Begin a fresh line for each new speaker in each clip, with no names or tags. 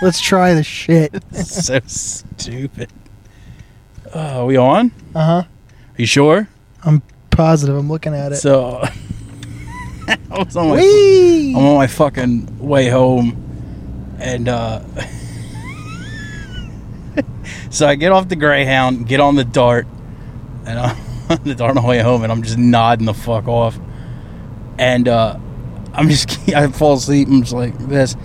Let's try the shit.
so stupid. Oh, are we on?
Uh huh.
you sure?
I'm positive. I'm looking at it.
So I was on my,
Whee!
I'm on my fucking way home, and uh, so I get off the Greyhound, get on the Dart, and I'm on the Dart on the way home, and I'm just nodding the fuck off, and uh, I'm just I fall asleep. I'm just like this,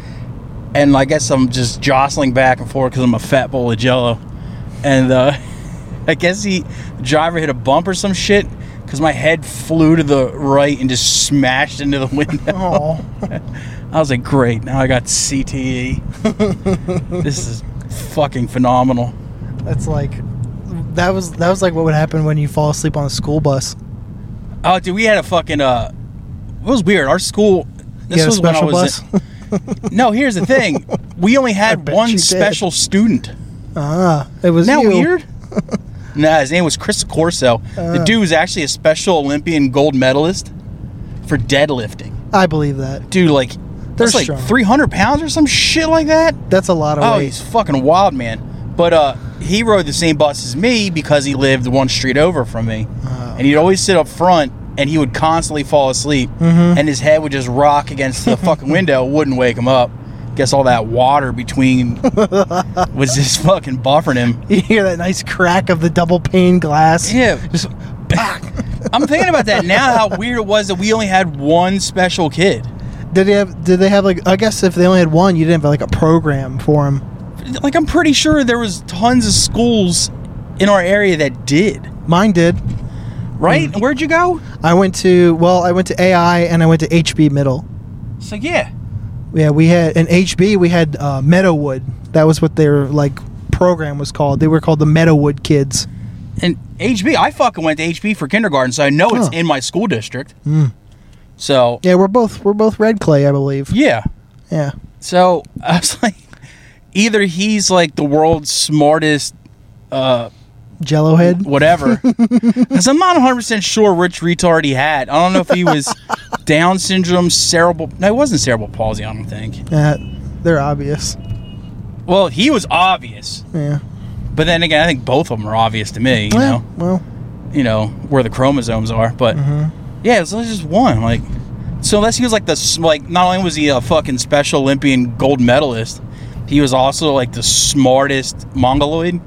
and I guess I'm just jostling back and forth because I'm a fat bowl of Jello, and uh, I guess he the driver hit a bump or some shit because my head flew to the right and just smashed into the window.
Oh,
I was like, great, now I got CTE. this is fucking phenomenal.
that's like that was that was like what would happen when you fall asleep on a school bus.
Oh, dude, we had a fucking uh, it was weird. Our school.
You had
This
a
was when I
special
was.
bus.
in- no, here's the thing. We only had
bet
one
you did.
special student.
ah, it was
Isn't that
you.
weird? nah, his name was Chris Corso. the
Uh.
dude was actually a special Olympian gold medalist for deadlifting.
I believe that.
Dude, like,
They're
that's like
strong.
300 pounds or some shit like that.
That's a lot of
Oh,
weight.
he's fucking wild, man. But uh, he rode the same bus as me because he lived one street over from me,
Oh.
and he'd always sit up front, and he would constantly fall asleep,
Mm-hmm.
and his head would just rock against the fucking window, wouldn't wake him up. Guess all that water between was just fucking buffering him.
You hear that nice crack of the double pane glass?
Yeah,
Just
fuck. I'm thinking about that now. How weird it was that we only had one special kid.
did they have? Did they have like? I guess if they only had one, you didn't have like a program for him.
Like I'm pretty sure there was tons of schools in our area that did.
Mine did.
Right?
Mm-hmm.
Where'd you go?
I went to well, I went to AI and I went to HB Middle.
So yeah.
Yeah, we had in HB we had uh, Meadowwood. That was what their like program was called. They were called the Meadowwood Kids.
And HB, I fucking went to HB for kindergarten, so I know it's
Huh.
in my school district. So
Yeah, we're both we're both Red Clay, I believe.
yeah,
Yeah,
so I was like, either he's like the world's smartest, uh,
Jello head.
whatever. Because I'm not 100 percent sure which retard he had. I don't know if he was Down syndrome, cerebral. No, it wasn't cerebral palsy. I don't think.
Yeah, they're obvious.
Well, he was obvious,
Yeah.
but then again, I think both of them are obvious to me. You
Well,
know,
well,
you know where the chromosomes are, but. Yeah, it was just one. Like, so unless he was like the s- like, not only was he a fucking special Olympian gold medalist, he was also like the smartest mongoloid.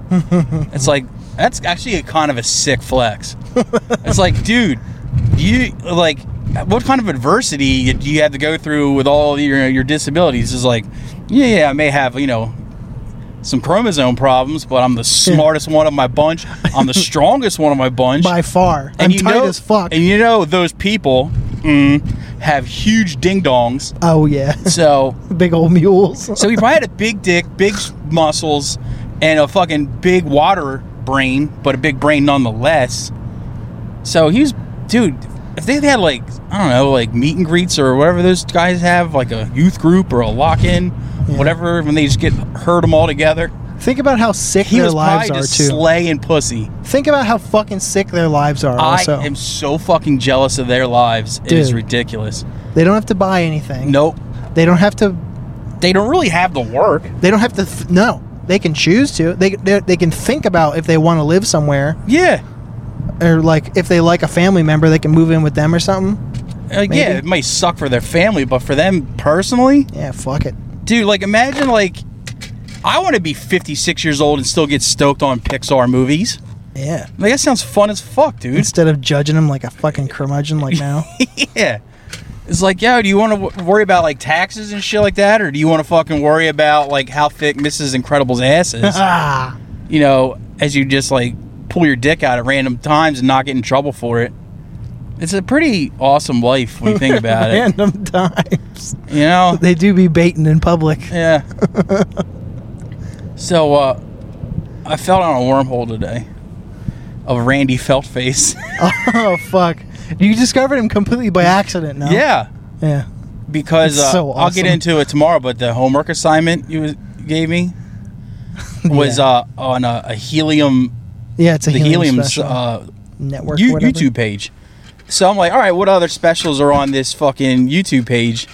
it's like that's actually a kind of a sick flex. it's like, dude, you like, what kind of adversity do you have to go through with all your your disabilities? Is like, yeah, yeah, I may have you know. Some chromosome problems, but I'm the smartest one of my bunch. I'm the strongest one of my bunch
by far, I'm tight as fuck.
and you know those people mm, have huge ding dongs.
oh yeah,
So,
big old mules.
so he probably had a big dick, big s- muscles, and a fucking big water brain, but a big brain nonetheless. So he was, dude. If they had like I don't know, like meet and greets or whatever those guys have, like a youth group or a lock in, whatever, when they just get herd them all together.
Think about how sick
He
their
was
lives
probably
are
just
too.
slaying pussy.
Think about how fucking sick their lives are. also,
I am so fucking jealous of their lives. It is
Dude.
ridiculous.
they don't have to buy anything.
Nope.
they don't have to
They don't really have the work.
They don't have to. Th- no, they can choose to. They, they they can think about if they want to live somewhere
Yeah.
or like if they like a family member, they can move in with them or something.
Uh, yeah,
Maybe.
it might suck for their family, but for them personally,
Yeah, fuck it.
dude, like imagine like I want to be 56 years old and still get stoked on Pixar movies.
Yeah.
Like that sounds fun as fuck, dude.
Instead of judging them like a fucking curmudgeon like now.
yeah. It's like, yeah, do you want to w- worry about like taxes and shit like that or do you want to fucking worry about like how thick Mrs. Incredible's ass is,
ah,
you know, as you just like pull your dick out at random times and not get in trouble for it. It's a pretty awesome life when you think about it.
random times.
You know,
They do be baiting in public.
Yeah. so uh I fell on a wormhole today of Randy Feltface.
oh fuck! You discovered him completely by accident. No.
yeah,
Yeah.
because
That's
uh,
so
I'll get
awesome.
into it tomorrow, but the homework assignment you was- gave me was
Yeah.
uh on a, a helium
Yeah, it's a
the
helium,
helium
special.
uh
network.
You-
whatever.
YouTube page. So I'm like, all right, what other specials are on this fucking YouTube page?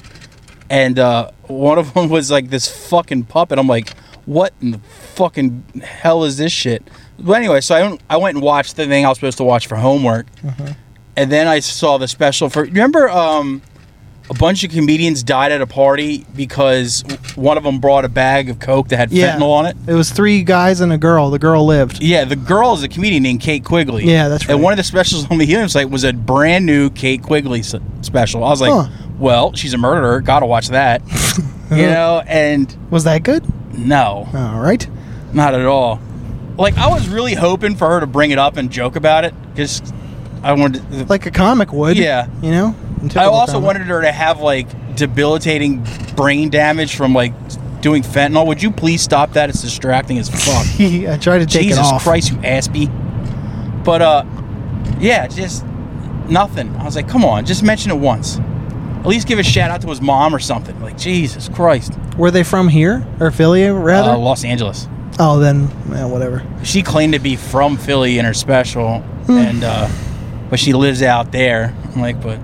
And uh, one of them was like this fucking puppet. I'm like, what in the fucking hell is this shit? But anyway, so I went, I went and watched the thing I was supposed to watch for homework,
Mm-hmm.
and then I saw the special for. Remember, um, a bunch of comedians died at a party because one of them brought a bag of coke that had
Yeah.
fentanyl on it.
It was three guys and a girl. The girl lived.
Yeah, the girl is a comedian named Kate Quigley.
Yeah, that's right.
And one of the specials on the Helium site was a brand new Kate Quigley s- special. I was like,
Huh.
well, she's a murderer. Gotta watch that. you know, and
Was that good?
no,
All right.
not at all. Like, I was really hoping for her to bring it up and joke about it. Just, I wanted. To,
Like a comic would.
Yeah.
You know? In
I
typical
also
comic.
wanted her to have like debilitating brain damage from like doing fentanyl. Would you please stop that? It's distracting as fuck.
I tried to take it
Jesus
off.
Christ, you aspie. But uh, yeah, just nothing. I was like, come on, just mention it once. At least give a shout out to his mom or something. Like Jesus Christ,
Were they from here? Or Philly, rather?
uh, Los Angeles.
oh, then, yeah, whatever.
She claimed to be from Philly in her special,
Hmm.
and uh, but she lives out there. I'm like, but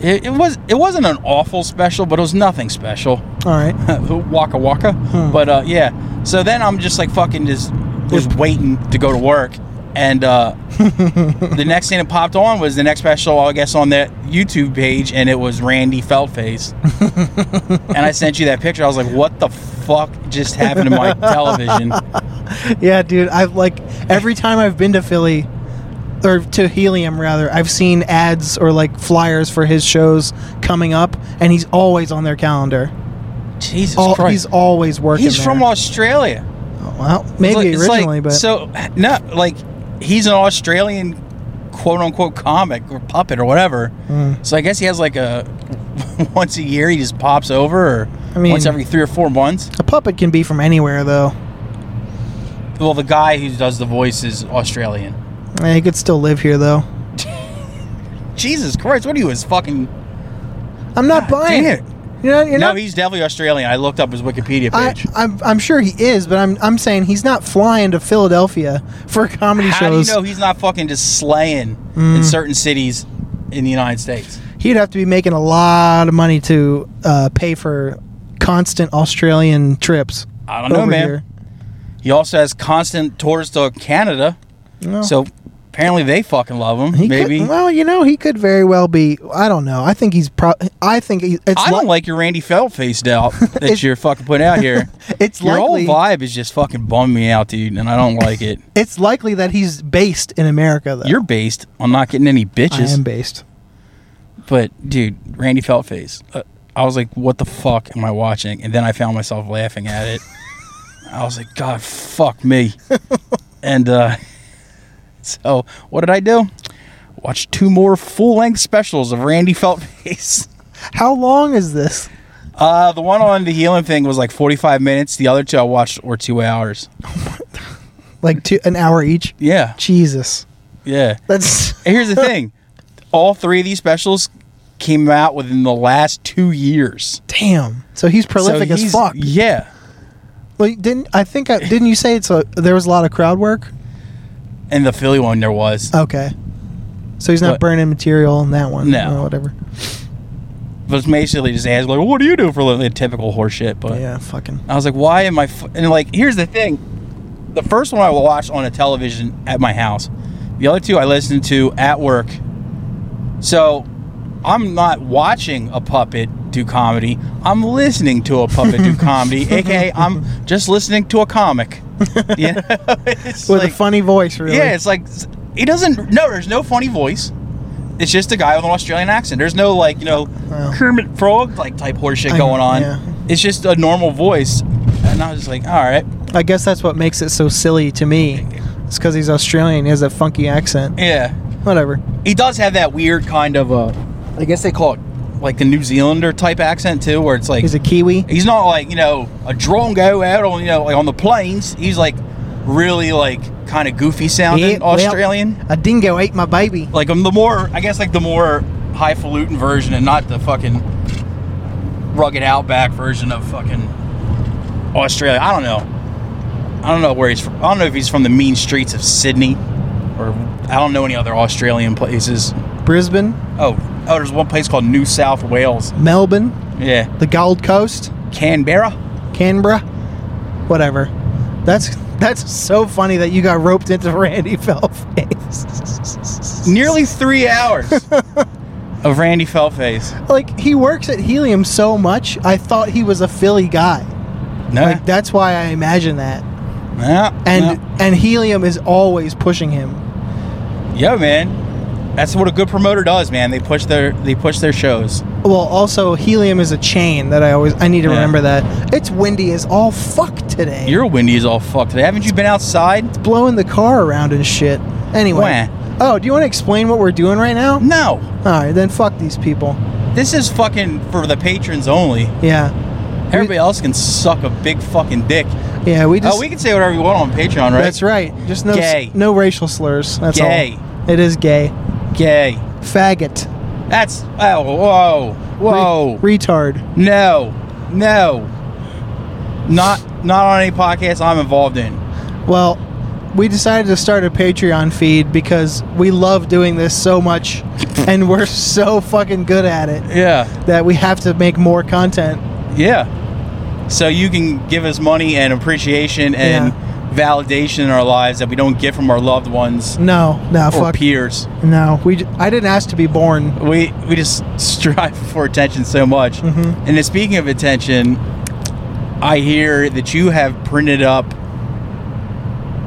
it, it was it wasn't an awful special, but it was nothing special.
All right.
waka waka. But uh, yeah, so then I'm just like fucking just was waiting to go to work, and uh, the next thing that popped on was the next special, I guess, on that YouTube page, and it was Randy Feltface. and I sent you that picture. I was like, what the fuck just happened to my television?
Yeah, dude. I've like every time I've been to Philly or to Helium rather, I've seen ads or like flyers for his shows coming up, and he's always on their calendar.
Jesus
All, Oh, he's
Christ.
always working.
He's, from
there. Oh,
Australia.
well, maybe
It's like- it's like-
originally, but
so no, like he's an Australian quote unquote comic or puppet or whatever.
Hmm.
So I guess he has like a once a year he just pops over, or
I mean-
once every three or four months.
a puppet can be from anywhere though.
Well, the guy who does the voice is Australian.
Eh, he could still live here though.
Jesus Christ, what are you? His fucking
I'm not buying it.
damn it.
You're not. You're
no,
not
he's definitely Australian. I looked up his Wikipedia
I,
page.
I'm, I'm sure he is, but I'm, I'm saying he's not flying to Philadelphia for comedy
How
shows. Hmm.
do you know he's not fucking just slaying in certain cities in the United States?
he'd have to be making a lot of money to uh, pay for constant Australian trips.
I don't know, man. He also has constant tours to Canada.
No.
So apparently they fucking love him.
Oh. He
maybe.
Could, well, you know, he could very well be. I don't know. I think he's pro. I think he, it's.
I don't
li-
like your Randy Felt faced out that
It's-
you're fucking putting out here.
It's
your
likely-
whole vibe is just fucking bumming me out, dude, and I don't like it.
It's likely that he's based in America, though.
You're based on not getting any
I
bitches,
am based.
but dude, Randy Felt face. Uh, I was like, what the fuck am I watching? And then I found myself laughing at it. I was like, God, fuck me. and uh, so, what did I do? Watched two more full length specials of Randy Felt face.
How long is this?
Uh, the one on the healing thing was like 45 minutes. The other two I watched were two hours.
Like two, an hour each?
Yeah.
Jesus,
Yeah.
that's
And here's the thing all three of these specials came out within the last two years.
damn. So he's prolific as
he's-
fuck.
Yeah.
Like, didn't I think? I, didn't you say it's a? There was a lot of crowd work.
And the Philly one there was.
Okay. So he's not
What?
burning material in that one.
No.
Or whatever.
But it's basically just asked, like, what do you do for a living? Typical horseshit. But
Yeah, fucking.
I was like, why am I? F-? And like, here's the thing: the first one I watched on a television at my house. The other two I listened to at work. So I'm not watching a puppet do comedy. I'm listening to a puppet do comedy, aka I'm just listening to a comic. You know? It's
With
like-
a funny voice, really.
yeah, it's like he doesn't. No, there's no funny voice. It's just a guy with an Australian accent. There's no like you know
Wow.
Kermit Frog like type horseshit
I-
going on.
yeah.
It's just a normal voice, and I was just like, all right,
I guess that's what makes it so silly to me. It's because he's Australian. He has a funky accent.
yeah.
Whatever.
He does have that weird kind of uh, I guess they call it like the New Zealander type accent too, where it's like
He's a Kiwi.
he's not like you know a drongo out on you know like on the plains. He's like really like kind of goofy sounding
Yeah, well,
Australian.
a dingo ate my baby.
like um, the more I guess like the more highfalutin version and not the fucking rugged outback version of fucking Australia. I don't know. I don't know where he's from. I don't know if he's from the mean streets of Sydney or I don't know any other Australian places.
Brisbane,
Oh, oh, there's one place called New South Wales.
Melbourne,
Yeah.
the Gold Coast,
Canberra.
Canberra, whatever. That's that's so funny that you got roped into Randy Fellface.
Nearly three hours of Randy Fellface.
like he works at Helium so much, I thought he was a Philly guy.
No.
Like that's why I imagine that.
no,
And
no.
and Helium is always pushing him.
Yeah, man. That's what a good promoter does, man. They push their they push their shows.
Well, also Helium is a chain that I always I need to
Yeah.
remember that. It's windy as all fuck today.
Your windy is all fucked today. Haven't you been outside?
blowing the car around and shit. Anyway.
Wah. Mm.
Oh, do you want to explain what we're doing right now?
No.
All right, then fuck these people.
This is fucking for the patrons only.
Yeah.
Everybody else can suck a big fucking dick.
Yeah, we just
oh, we can say whatever we want on Patreon, right?
That's right. Just no
Gay.
no racial slurs. That's
Gay.
all. It is gay.
Gay.
Faggot.
That's oh whoa whoa
Re- retard.
no no not not on any podcast I'm involved in.
Well, we decided to start a Patreon feed because we love doing this so much and we're so fucking good at it
Yeah
that we have to make more content.
yeah. So you can give us money and appreciation and validation in our lives that we don't get from our loved ones
No, no,
or
fuck.
peers.
no, we. J- I didn't ask to be born.
We we just strive for attention so much.
Mhm.
And then speaking of attention, I hear that you have printed up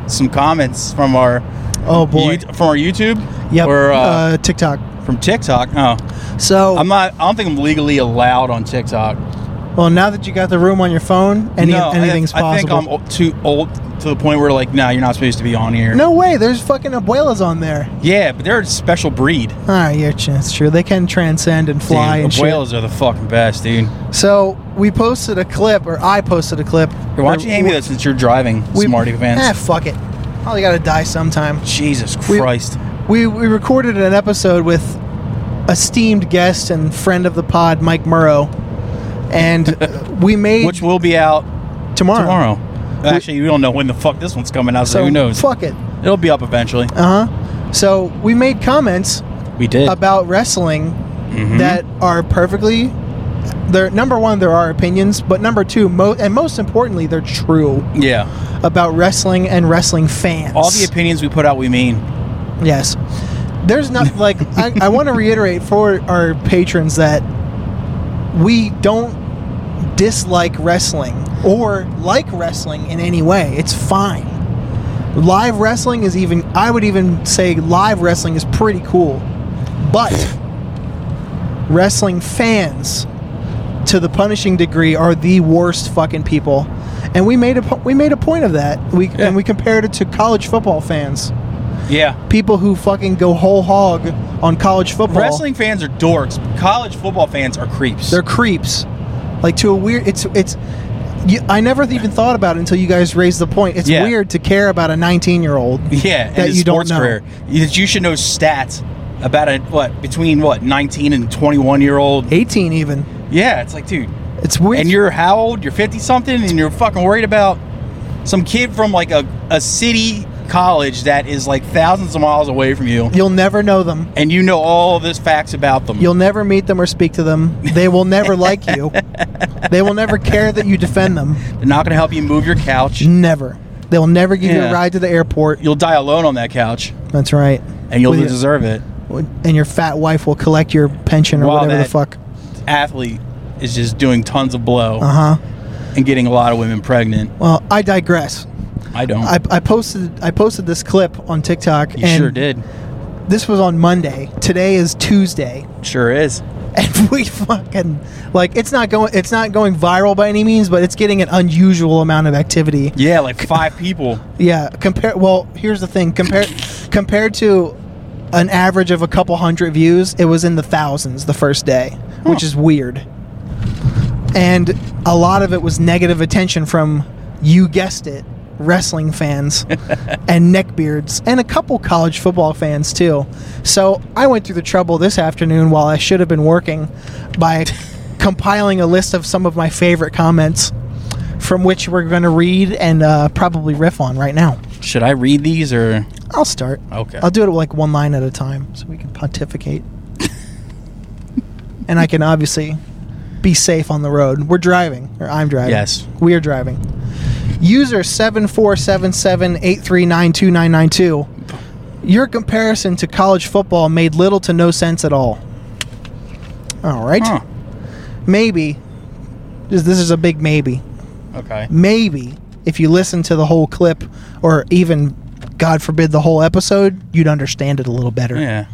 some comments from our
Oh boy.
Yout- from our YouTube
yep.
or uh,
uh, TikTok.
from TikTok. Oh,
So,
I'm not. I don't think I'm legally allowed on TikTok.
well, now that you got the room on your phone, any,
No, I-
anything's
I,
possible.
think I'm o- too old to the point where like, no, you're not supposed to be on here.
no way. There's fucking abuelas on there.
Yeah, but they're a special breed.
All right, yeah, that's true. They can transcend and fly
dude,
and shit.
whales are the fucking best, dude.
So we posted a clip, or I posted a clip.
Here, why don't you hand me that since you're driving,
We-
Smarty Pants?
Ah, fuck it. Oh, you gotta die sometime.
Jesus
We-
Christ.
We we recorded an episode with esteemed guest and friend of the pod, Mike Murrow, and uh, we made
Which will be out
tomorrow.
tomorrow. Actually, you don't know when the fuck this one's coming out, so,
So
who knows?
Fuck it.
It'll be up eventually.
Uh huh. So we made comments
We did.
about wrestling
Mhm.
that are perfectly. They're number one. There are opinions, but number two, mo- and most importantly, they're true
yeah.
about wrestling and wrestling fans.
All the opinions we put out, we mean.
Yes. There's not like I, I want to reiterate for our patrons that we don't dislike wrestling or like wrestling in any way. It's fine. Live wrestling is even I would even say live wrestling is pretty cool. But wrestling fans to the punishing degree are the worst fucking people. And we made a po- we made a point of that. We
Yeah.
and we compared it to college football fans
Yeah.
people who fucking go whole hog on college football.
Wrestling fans are dorks. College football fans are creeps.
they're creeps. Like to a weird, it's it's. You, I never even thought about it until you guys raised the point. It's
Yeah.
weird to care about a 19 year old.
yeah, and
that
his
you don't
sports
know.
career. You, you should know stats about a what between what 19 and 21 year old.
18 even.
Yeah, it's like dude,
It's weird.
and you're how old? You're 50 something, and you're fucking worried about some kid from like a, a city college that is like thousands of miles away from you,
you'll never know them.
and you know all of this facts about them.
You'll never meet them or speak to them. They will never like you. They will never care that you defend them.
They're not going to help you move your couch.
Never. They will never give you
Yeah.
a ride to the airport.
You'll die alone on that couch,
That's right.
and you'll
With your-
deserve it.
and your fat wife will collect your pension or
Wow,
whatever the
that-
fuck.
Athlete is just doing tons of blow
Uh huh.
and getting a lot of women pregnant.
Well, I digress.
I don't.
I, I posted I posted this clip on TikTok.
you
and
sure did.
This was on Monday. Today is Tuesday,
Sure is.
and we fucking like it's not going it's not going viral by any means, but it's getting an unusual amount of activity.
Yeah, like five people.
Yeah. Compare. Well, here's the thing. Compare compared to an average of a couple hundred views, it was in the thousands the first day, which is weird. And a lot of it was negative attention from you guessed it, wrestling fans and neckbeards and a couple college football fans too. So I went through the trouble this afternoon while I should have been working by compiling a list of some of my favorite comments from which we're going to read and uh, probably riff on right now.
Should I read these or?
I'll start.
Okay.
I'll do it like one line at a time so we can pontificate. and I can obviously be safe on the road. We're driving, or I'm driving.
Yes.
we are driving. User seven four seven seven eight three nine two nine nine two. Your comparison to college football made little to no sense at all. All right,
Huh.
maybe this this is a big maybe.
Okay.
Maybe if you listen to the whole clip, or even, God forbid, the whole episode, you'd understand it a little better.
Yeah.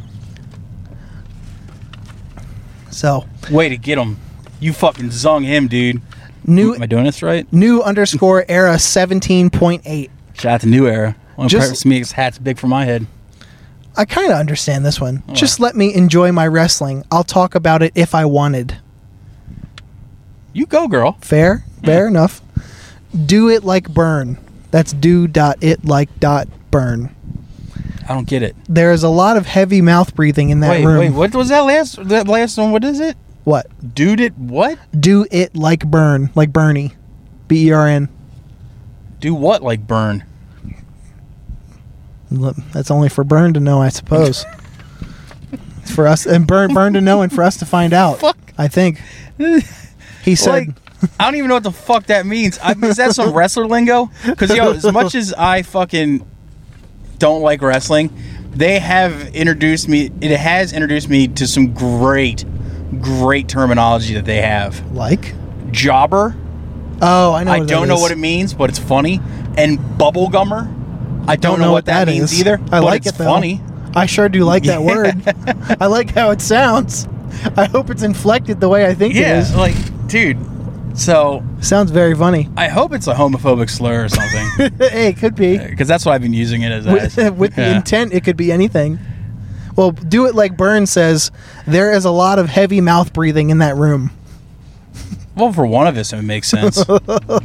So,
Way to get him. You fucking zung him, dude.
new
Am I doing this right?
new underscore era seventeen point eight.
Shout out to New Era. One
Just-
Just me, his hat's big for my head.
I kind of understand this one.
Oh.
Just let me enjoy my wrestling. I'll talk about it if I wanted.
You go, girl.
Fair, fair enough. Do it like burn. That's do dot it like dot burn.
I don't get it.
There is a lot of heavy mouth breathing in that
wait,
room.
wait. What was that last? That last one. What is it?
What?
Dude, it what?
Do it like burn, like Bernie, B E R N.
Do what? Like burn?
Look, That's only for Burn to know, I suppose. It's for us and Burn Burn to know and for us to find out.
Fuck.
I think he said.
like I don't even know what the fuck that means. I, is that some wrestler lingo? Because yo, as much as I fucking don't like wrestling, they have introduced me. It has introduced me to some great, great terminology that they have.
like?
Jobber.
Oh, I know.
I
what that
don't know
is.
what it means, but it's funny. And bubblegummer. I don't, know, what that, means
is.
either.
I
but
like
it's
it though.
funny.
I sure do like that
Yeah.
word. I like how it sounds. I hope it's inflected the way I think
Yeah,
it is.
like dude. So
Sounds very funny.
I hope it's a homophobic slur or something,
hey, it could be.
because that's what I've been using it as.
With, uh,
as.
with the
Yeah.
intent, it could be anything. Well, do it like Byrne says. There is a lot of heavy mouth breathing in that room.
Well, for one of us, it makes sense.
I,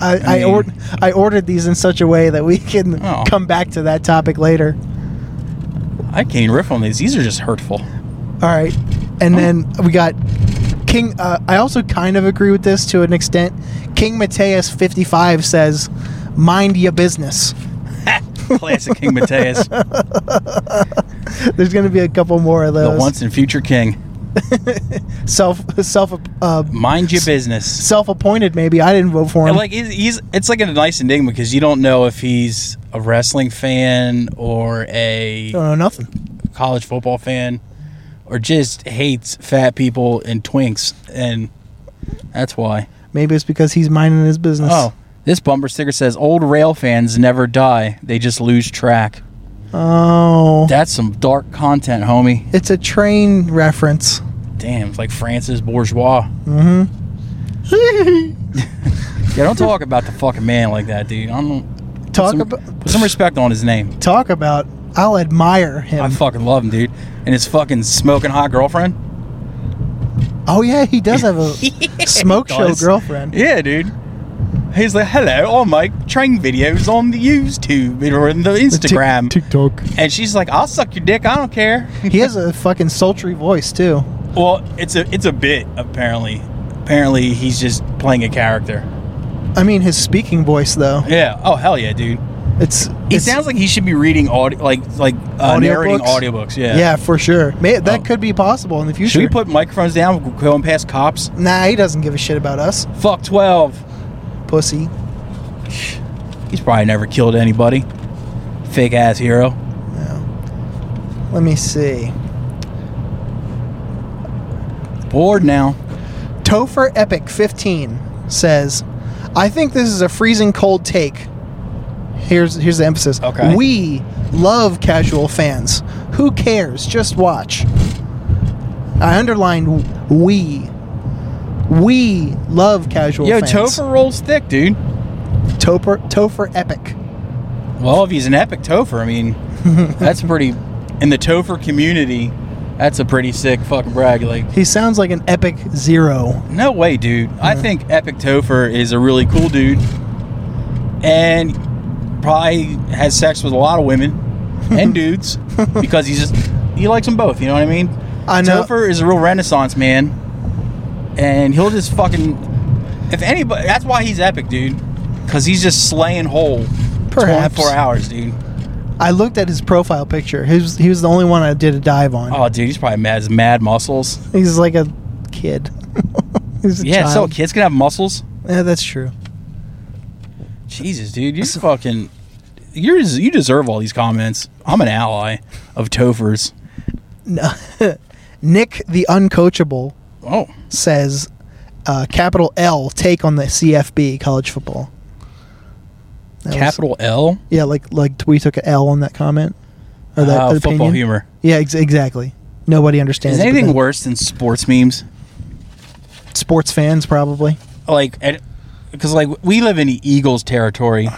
I,
mean-
or, I ordered these in such a way that we can
Oh.
come back to that topic later.
I can't even riff on these. These are just hurtful.
All right,
Oh.
and then we got King. Uh, I also kind of agree with this to an extent. King Mateus fifty five says, "Mind your business."
Classic King Mateus, the
There's going to be a couple more of those.
once and future king.
self self uh,
Mind your business.
self appointed. Maybe I didn't vote for him.
And like he's, he's, it's like a nice enigma because you don't know if he's a wrestling fan or a
don't know nothing.
college football fan, or just hates fat people and twinks, and that's why.
Maybe it's because he's minding his business.
Oh, this bumper sticker says old rail fans never die; they just lose track.
oh,
That's some dark content, homie.
it's a train reference.
Damn, it's like Francis Bourgeois. Mm-hmm. Yeah, don't talk about the fucking man like that, dude. I don't put
Talk
some,
about-
put some respect on his name.
Talk about. I'll admire
I
him.
fucking love him, dude. And his fucking smoking hot girlfriend.
oh yeah, he does have a smoke show
does.
girlfriend.
Yeah, dude. He's like, hello, I'll make train videos on the YouTube or on the Instagram.
TikTok.
and she's like, I'll suck your dick, I don't care.
He has a fucking sultry voice too.
well, it's a it's a bit, apparently. Apparently he's just playing a character.
I mean, his speaking voice though.
Yeah. Oh hell yeah, dude.
It's.
He
it's-
sounds like he should be reading audio, like like uh, narrating
Audiobooks?
audiobooks. Yeah.
Yeah, for sure. May, that
Oh.
could be possible in the future.
Should we put microphones down going past cops?
Nah, he doesn't give a shit about us,
Fuck twelve.
pussy.
He's probably never killed anybody. Fake ass hero.
Let me see.
Bored now.
Topher Epic 15 says, I think this is a freezing cold take. Here's here's the emphasis.
Okay.
We love casual fans. Who cares? Just watch. I underlined we. We love casual
Yo,
fans.
Topher rolls thick, dude.
Topher Topher Epic.
Well, if he's an epic Topher, I mean, that's pretty. In the Topher community, that's a pretty sick fucking brag. Like,
He sounds like an epic zero.
no way, dude. I think Epic Topher is a really cool dude, and probably has sex with a lot of women and dudes because he's just he likes them both. You know what I mean?
I know-
Topher is a real Renaissance man, and he'll just fucking if anybody. That's why he's epic, dude, because he's just slaying whole
Perhaps.
24 hours, dude.
I looked at his profile picture. He was, he was the only one I did a dive on.
Oh, dude, he's probably mad. His mad muscles.
He's like a kid. He's a
yeah, so
child.
kids can have muscles.
Yeah, that's true.
Jesus, dude, you're fucking. You're you deserve all these comments. I'm an ally of Tofers.
Nick the Uncoachable
Oh,
says, uh, capital L take on the CFB college football. That was-
capital L.
yeah, like like we took an L on that comment or that
Uh, football
opinion.
humor.
Yeah, ex- exactly. Nobody understands.
Is
it, but
anything
then
worse than sports memes?
Sports fans probably.
Like, because like we live in Eagles territory,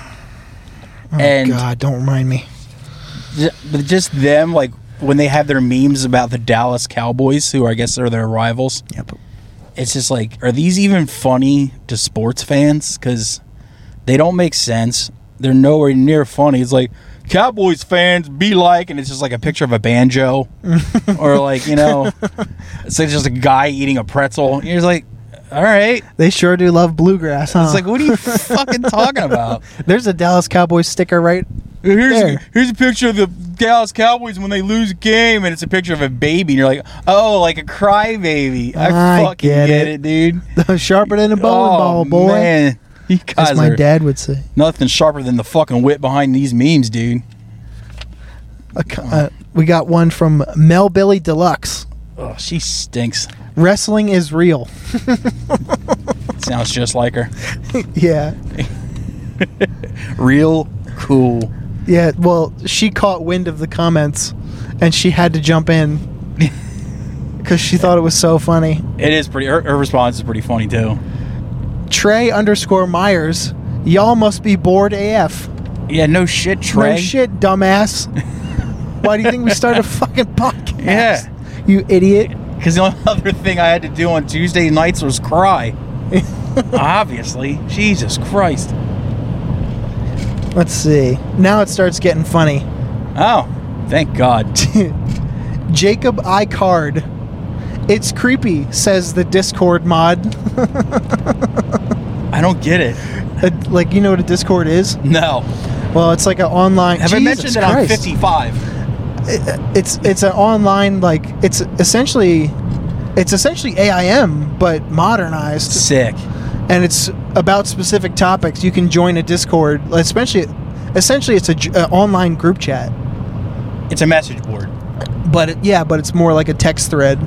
and
Oh, God, don't remind me.
ju- but just them like when they have their memes about the Dallas Cowboys, who I guess are their rivals.
Yeah, but
It's just like, are these even funny to sports fans? Because they don't make sense. They're nowhere near funny. It's like Cowboys fans be like, and it's just like a picture of a banjo, or like you know, it's like just a guy eating a pretzel. You're just like, all right.
they sure do love bluegrass, huh?
It's like, what are you fucking talking about?
There's a Dallas Cowboys sticker right
Here's
There.
here's a picture of the Dallas Cowboys when they lose a game, and it's a picture of a baby, and you're like, oh, like a crybaby. I,
I
fucking
get
get,
it.
it. dude.
sharper than a bowling
oh,
ball, boy.
man, you
As
guys
my
are
dad would say.
nothing sharper than the fucking wit behind these memes, dude.
A co- uh, we got one from Mel Billy Deluxe.
Oh, she stinks.
Wrestling is real.
Sounds just like her.
yeah.
Real cool.
Yeah, well, she caught wind of the comments and she had to jump in because she thought it was so funny.
It is pretty. Her, her response is pretty funny too.
Trey underscore Myers, y'all must be bored AF.
Yeah, no shit, Trey.
No shit, dumbass. Why do you think we started a fucking podcast?
Yeah.
You idiot.
Because the only other thing I had to do on Tuesday nights was cry. Obviously, Jesus Christ.
Let's see. Now it starts getting funny.
Oh, thank God.
Jacob Icard. It's creepy, says the Discord mod.
I don't get it.
Uh, like, you know what a Discord is?
No.
Well, it's like an online.
Have I
Jesus
mentioned that I'm
Christ.
55?
It's it's an online like it's essentially, it's essentially AIM but modernized,
Sick.
and it's about specific topics. You can join a Discord, especially, essentially it's a j- uh, online group chat.
It's a message board.
But it, yeah, but it's more like a text thread.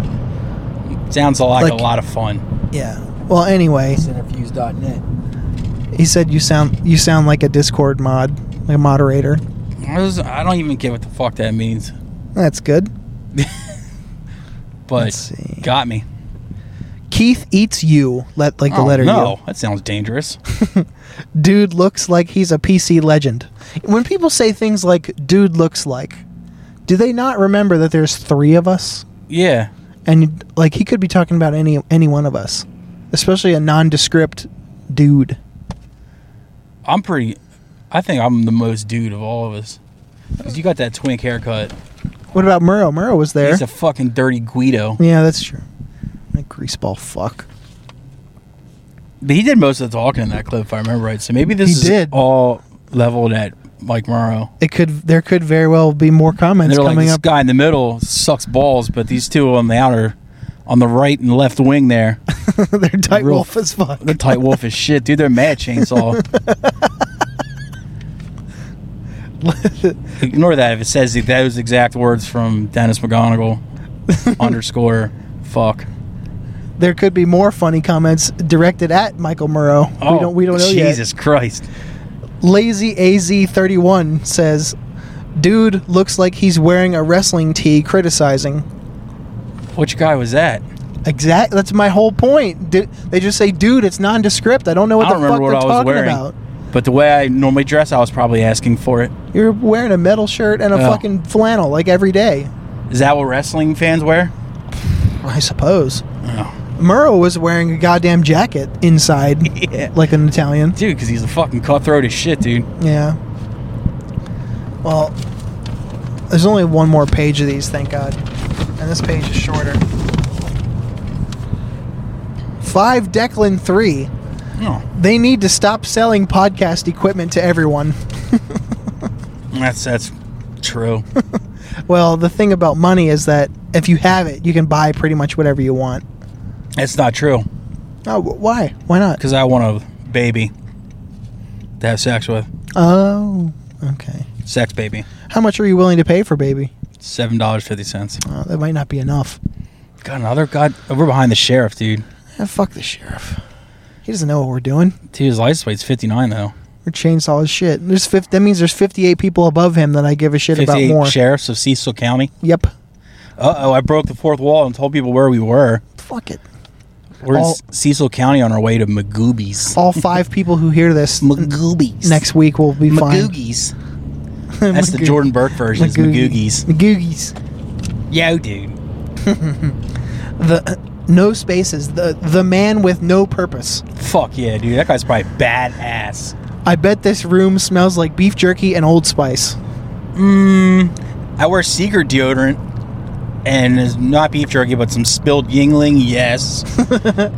Sounds like,
Like-
a lot of fun.
Yeah. Well, anyway,
Centerfuse.net.
he said you sound you sound like a Discord mod, like a moderator.
I, was, I don't even get what the fuck that means,
That's good.
but
Let's see.
got me.
Keith eats you. Let like the
Oh,
letter
no,
U.
that sounds dangerous.
Dude looks like he's a PC legend. When people say things like "dude looks like," do they not remember that there's three of us?
yeah.
And like he could be talking about any any one of us, especially a nondescript dude.
I'm pretty. I think I'm the most dude of all of us. 'Cause you got that twink haircut.
What about Murrow? Murrow was there.
He's a fucking dirty Guido.
yeah, that's true. That greaseball fuck.
But he did most of the talking in that clip, if I remember right. So maybe this
He
is
did.
all leveled at Mike Morrow.
It could there could very well be more
And
comments
they're like,
coming
this
up.
guy in the middle sucks balls, but these two on the outer, on the right and left wing there,
they're tight
real-
wolf as fuck.
the tight wolf is shit, dude. They're mad chainsaw. Ignore that if it says the- those exact words from Dennis McGonigal underscore fuck.
There could be more funny comments directed at Michael Murrow. we don't we don't know yet.
Oh, Jesus Christ.
Lazy AZ31 says, Dude looks like he's wearing a wrestling tee criticizing.
Which guy was that?
Exact. That's my whole point. Du- they just say, "Dude, it's nondescript." I don't know what
I don't
the fuck
remember
they're
what I was
talking
wearing.
about.
But the way I normally dress, I was probably asking for it.
You're wearing a metal shirt and a
Oh.
fucking flannel like every day,
Is that what wrestling fans wear?
I suppose.
Oh.
Murrow was wearing a goddamn jacket inside,
Yeah.
like an Italian.
Dude, because he's a fucking cutthroat as shit, dude.
Yeah. Well, there's only one more page of these, thank God. And this page is shorter. Five Declan 3.
No.
They need to stop selling podcast equipment to everyone.
That's that's true.
Well, the thing about money is that if you have it, you can buy pretty much whatever you want.
It's not true
Oh, wh- why? Why not?
because I want a baby to have sex with.
Oh, okay.
Sex baby.
How much are you willing to pay for baby?
Seven dollars fifty cents.
Oh, that might not be enough.
Got another god. We're behind the sheriff, dude.
Eh, fuck the sheriff. He doesn't know what we're doing.
Dude, his license plate's fifty nine though.
We're chainsaw his shit. There's fif- that means there's 58 people above him that I give a shit about
Fifty
more.
eight sheriffs of Cecil County.
Yep.
Uh oh, I broke the fourth wall and told people where we were.
Fuck it.
We're
All-
in C- Cecil County on our way to Magoobies.
All five people who hear this n-
Magoobies.
next week will be fine.
Magoogies. That's the Jordan Burke version. is
Magoogies.
Magoogies.
Magoogies.
Yo, dude.
The no spaces. The the man with no purpose.
Fuck yeah, dude. That guy's probably badass.
I bet this room smells like beef jerky and Old Spice.
I wear Seeger deodorant, and it's not beef jerky, but some spilled Yingling, yes.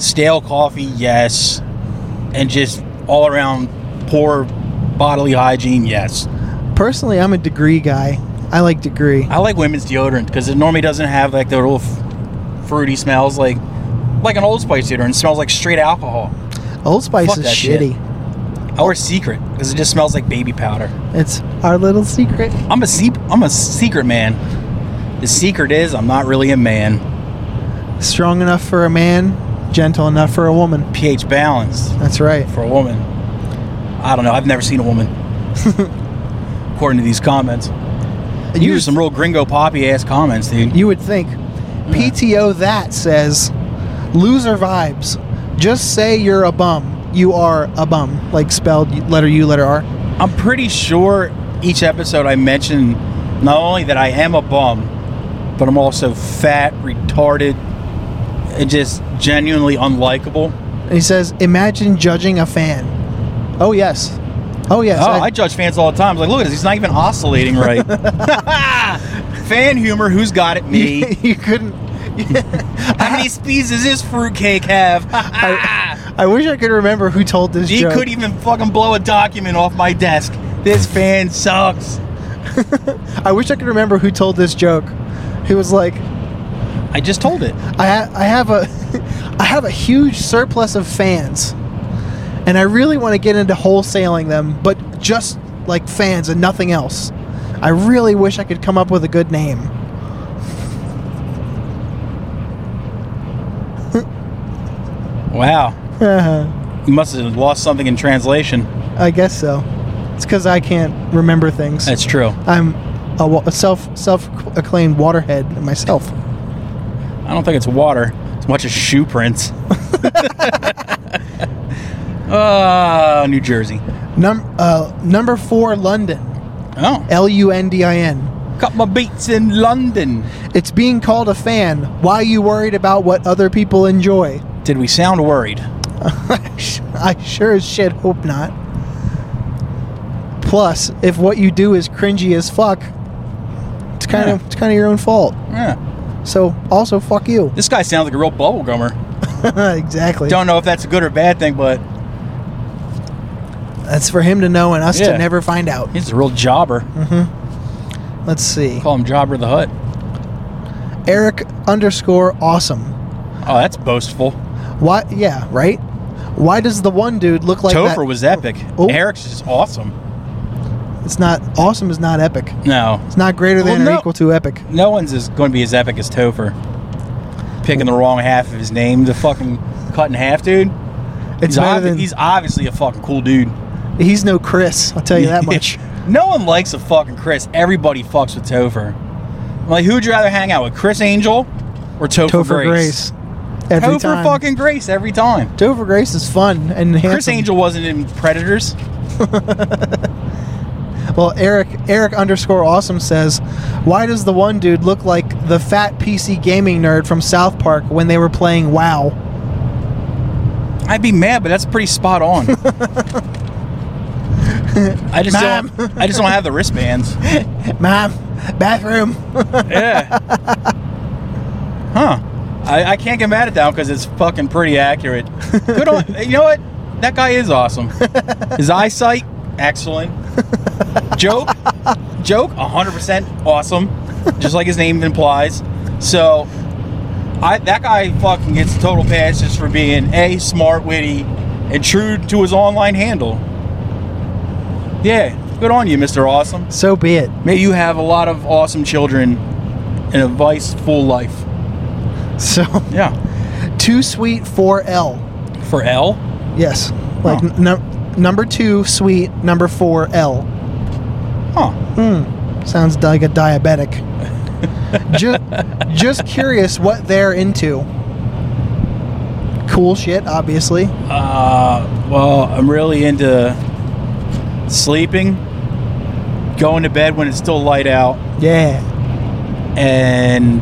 Stale coffee, yes. And just all around poor bodily hygiene, yes.
Personally, I'm a degree guy. I like degree.
I like women's deodorant because it normally doesn't have like the little f- fruity smells, like like an Old Spice deodorant. It smells like straight alcohol.
Old Spice
Fuck
is
that shit.
shitty.
I wear Secret because it just smells like baby powder.
It's our little secret.
I'm a se- I'm a secret man. The secret is I'm not really a man.
Strong enough for a man, gentle enough for a woman.
pH balanced.
That's right.
for a woman. I don't know. I've never seen a woman. According to these comments, you are some real gringo poppy ass comments, dude.
You would think. PTO that says, loser vibes. Just say you're a bum. You are a bum. Like spelled letter U, letter R.
I'm pretty sure each episode I mention not only that I am a bum, but I'm also fat, retarded, and just genuinely unlikable.
And he says, imagine judging a fan. Oh, yes. Oh, yes.
Oh, I judge fans all the time. Like, look at this. He's not even oscillating right. Fan humor. Who's got it? Me.
you couldn't.
How many speeds does this fruitcake have?
I wish I could remember who told this
He
joke.
could even fucking blow a document off my desk. This fan sucks.
I wish I could remember who told this joke. He was like,
I just told it.
I, ha- I have a I have a huge surplus of fans, and I really want to get into wholesaling them, but just like fans and nothing else. I really wish I could come up with a good name.
Wow.
I
You must have lost something in translation.
guess so. It's because I can't remember things.
That's true.
I'm a, wa- a self self acclaimed waterhead myself.
I don't think it's water. It's much as shoe prints. Ah, New Jersey.
Num- uh, number four, London.
Oh,
L U N D I N.
cut my beats in London.
It's being called a fan. Why you worried about what other people enjoy?
Did we sound worried?
I sure as shit hope not. Plus, if what you do is cringy as fuck, it's kind of
Yeah.
it's kind of your own fault.
Yeah.
So also fuck you.
This guy sounds like a real bubblegummer.
exactly.
Don't know if that's a good or bad thing, but
That's for him to know and us
Yeah.
to never find out.
he's a real jobber.
Hmm. Let's see.
Call him Jobber the Hut.
Eric underscore awesome.
Oh, that's boastful.
Why? Yeah, right. Why does the one dude look like
Topher
that?
was epic.
Oh.
Eric's is awesome.
it's not awesome. Is not epic.
No,
It's not greater than
Well,
or
no.
equal to epic.
no one's as going to be as epic as Topher. Picking the wrong half of his name to fucking cut in half, dude.
It's
He's,
better
obvi-
than
he's obviously a fucking cool dude.
he's no Chris. I'll tell you that much.
no one likes a fucking Chris. Everybody fucks with Topher. Like, who'd you rather hang out with, Chris Angel or Topher,
Topher
Grace?
Grace. Every
Topher
time.
fucking Grace every time.
Dover Grace is fun and handsome.
Chris Angel wasn't in Predators.
Well, Eric Eric underscore awesome says, "Why does the one dude look like the fat PC gaming nerd from South Park when they were playing WoW?"
I'd be mad, but that's pretty spot on. I just
Ma'am.
don't. I just don't have the wristbands.
Mom, bathroom.
Yeah. huh. I, I can't get mad at that because it's fucking pretty accurate. Good on. you know what? That guy is awesome. His eyesight, excellent. Joke, joke, 100% awesome, just like his name implies. So, I that guy fucking gets total passes for being a smart, witty, and true to his online handle. Yeah, good on you, Mr. Awesome.
So be it.
May you have a lot of awesome children and a vice full life.
So
Yeah.
too sweet for L.
For L?
Yes. Like
Huh.
n- num- number two sweet, number four L.
Huh.
Hmm. Sounds like a diabetic. just, just curious what they're into. Cool shit, obviously.
Uh, well, I'm really into sleeping, going to bed when it's still light out,
Yeah.
and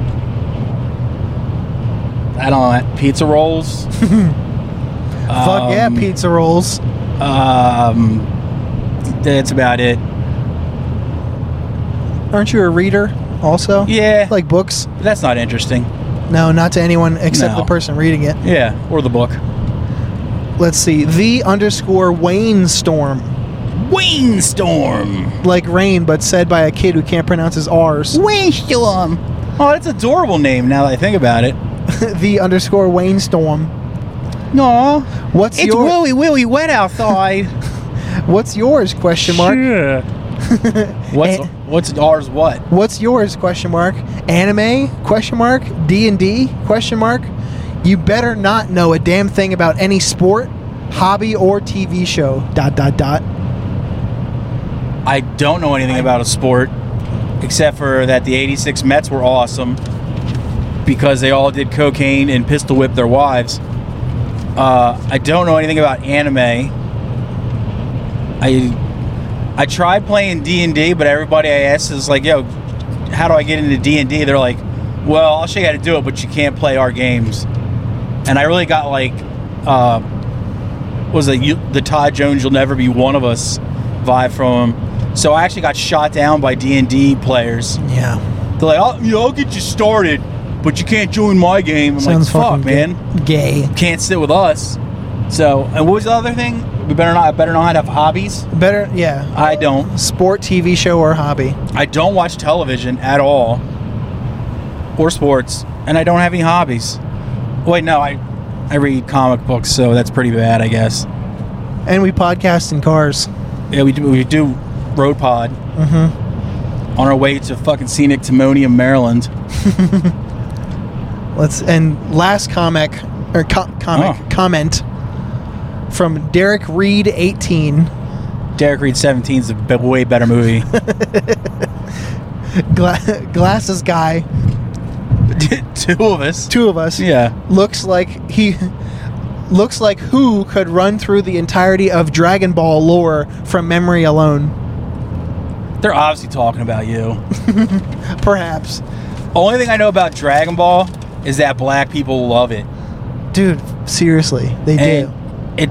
I don't know, pizza rolls.
Fuck yeah,
Um,
pizza rolls.
Um, that's about it.
Aren't you a reader also?
Yeah, like
Like books?
that's not interesting.
No, not to anyone except
No.
the person reading it.
Yeah, or the book.
Let's see. The underscore Wayne Storm.
Wainstorm.
Like rain, but said by a kid who can't pronounce his R's.
Wainstorm. Oh, that's adorable name. Now that I think about it.
the underscore Wayne Storm.
No,
What's your
willy wet outside.
What's yours? Question mark.
Sure. what's
Eh.
what's ours? What?
What's yours? Question mark. Anime? Question mark. D and D? Question mark. You better not know a damn thing about any sport, hobby, or TV show. Dot dot dot.
I don't know anything about a sport, except for that the '86 Mets were awesome because they all did cocaine and pistol whip their wives. Uh, I don't know anything about anime. I I tried playing D and D, but everybody I asked is like, "Yo, how do I get into D and D?" They're like, "Well, I'll show you how to do it, but you can't play our games." And I really got like, uh, what was it you, the Todd Jones "You'll Never Be One of Us" vibe from him. So I actually got shot down by D and D players.
Yeah.
They're like, "I'll, you know, I'll get you started, but you can't join my game." I'm
Sounds
like, "Fuck,
fucking
man."
Gay.
can't sit with us. So, and what was the other thing? We better not. I better not have hobbies.
Better. Yeah.
I don't.
Sport, TV show, or hobby.
I don't watch television at all, or sports, and I don't have any hobbies. Wait, no, I, I read comic books, so that's pretty bad, I guess.
And we podcast in cars.
Yeah, we do. We do road pod
Mm-hmm.
on our way to fucking scenic Timonium, Maryland.
Let's and last comic or co- comic
Oh.
comment from Derek Reed, eighteen.
Derek Reed 17 is a b- way better movie.
Gla- glasses guy.
Two of us.
Two of us.
Yeah.
looks like he looks like who could run through the entirety of Dragon Ball lore from memory alone.
They're obviously talking about you.
Perhaps.
Only thing I know about Dragon Ball is that black people love it.
Dude, seriously, they do.
And it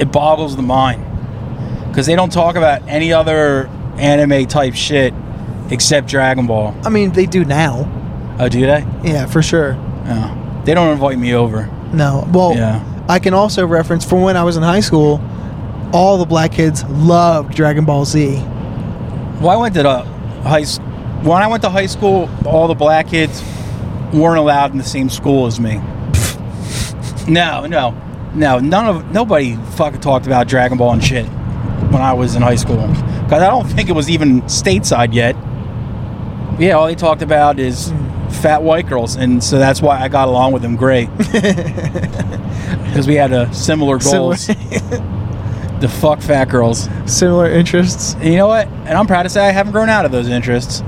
it boggles the mind because they don't talk about any other anime type shit except Dragon Ball.
I mean, they do now.
Oh, do they?
Yeah, for sure.
Oh. They don't invite me over.
No. Well,
Yeah.
I can also reference from when I was in high school, all the black kids loved Dragon Ball Z.
Well, I went to the high s- when I went to high school. All the black kids weren't allowed in the same school as me. no, no, no. None of nobody fucking talked about Dragon Ball and shit when I was in high school. Cause I don't think it was even stateside yet. Yeah, all they talked about is fat white girls, and so that's why I got along with them great. Because we had a similar
Similar-
goals. the fuck fat girls.
Similar interests.
And you know what? And I'm proud to say I haven't grown out of those interests.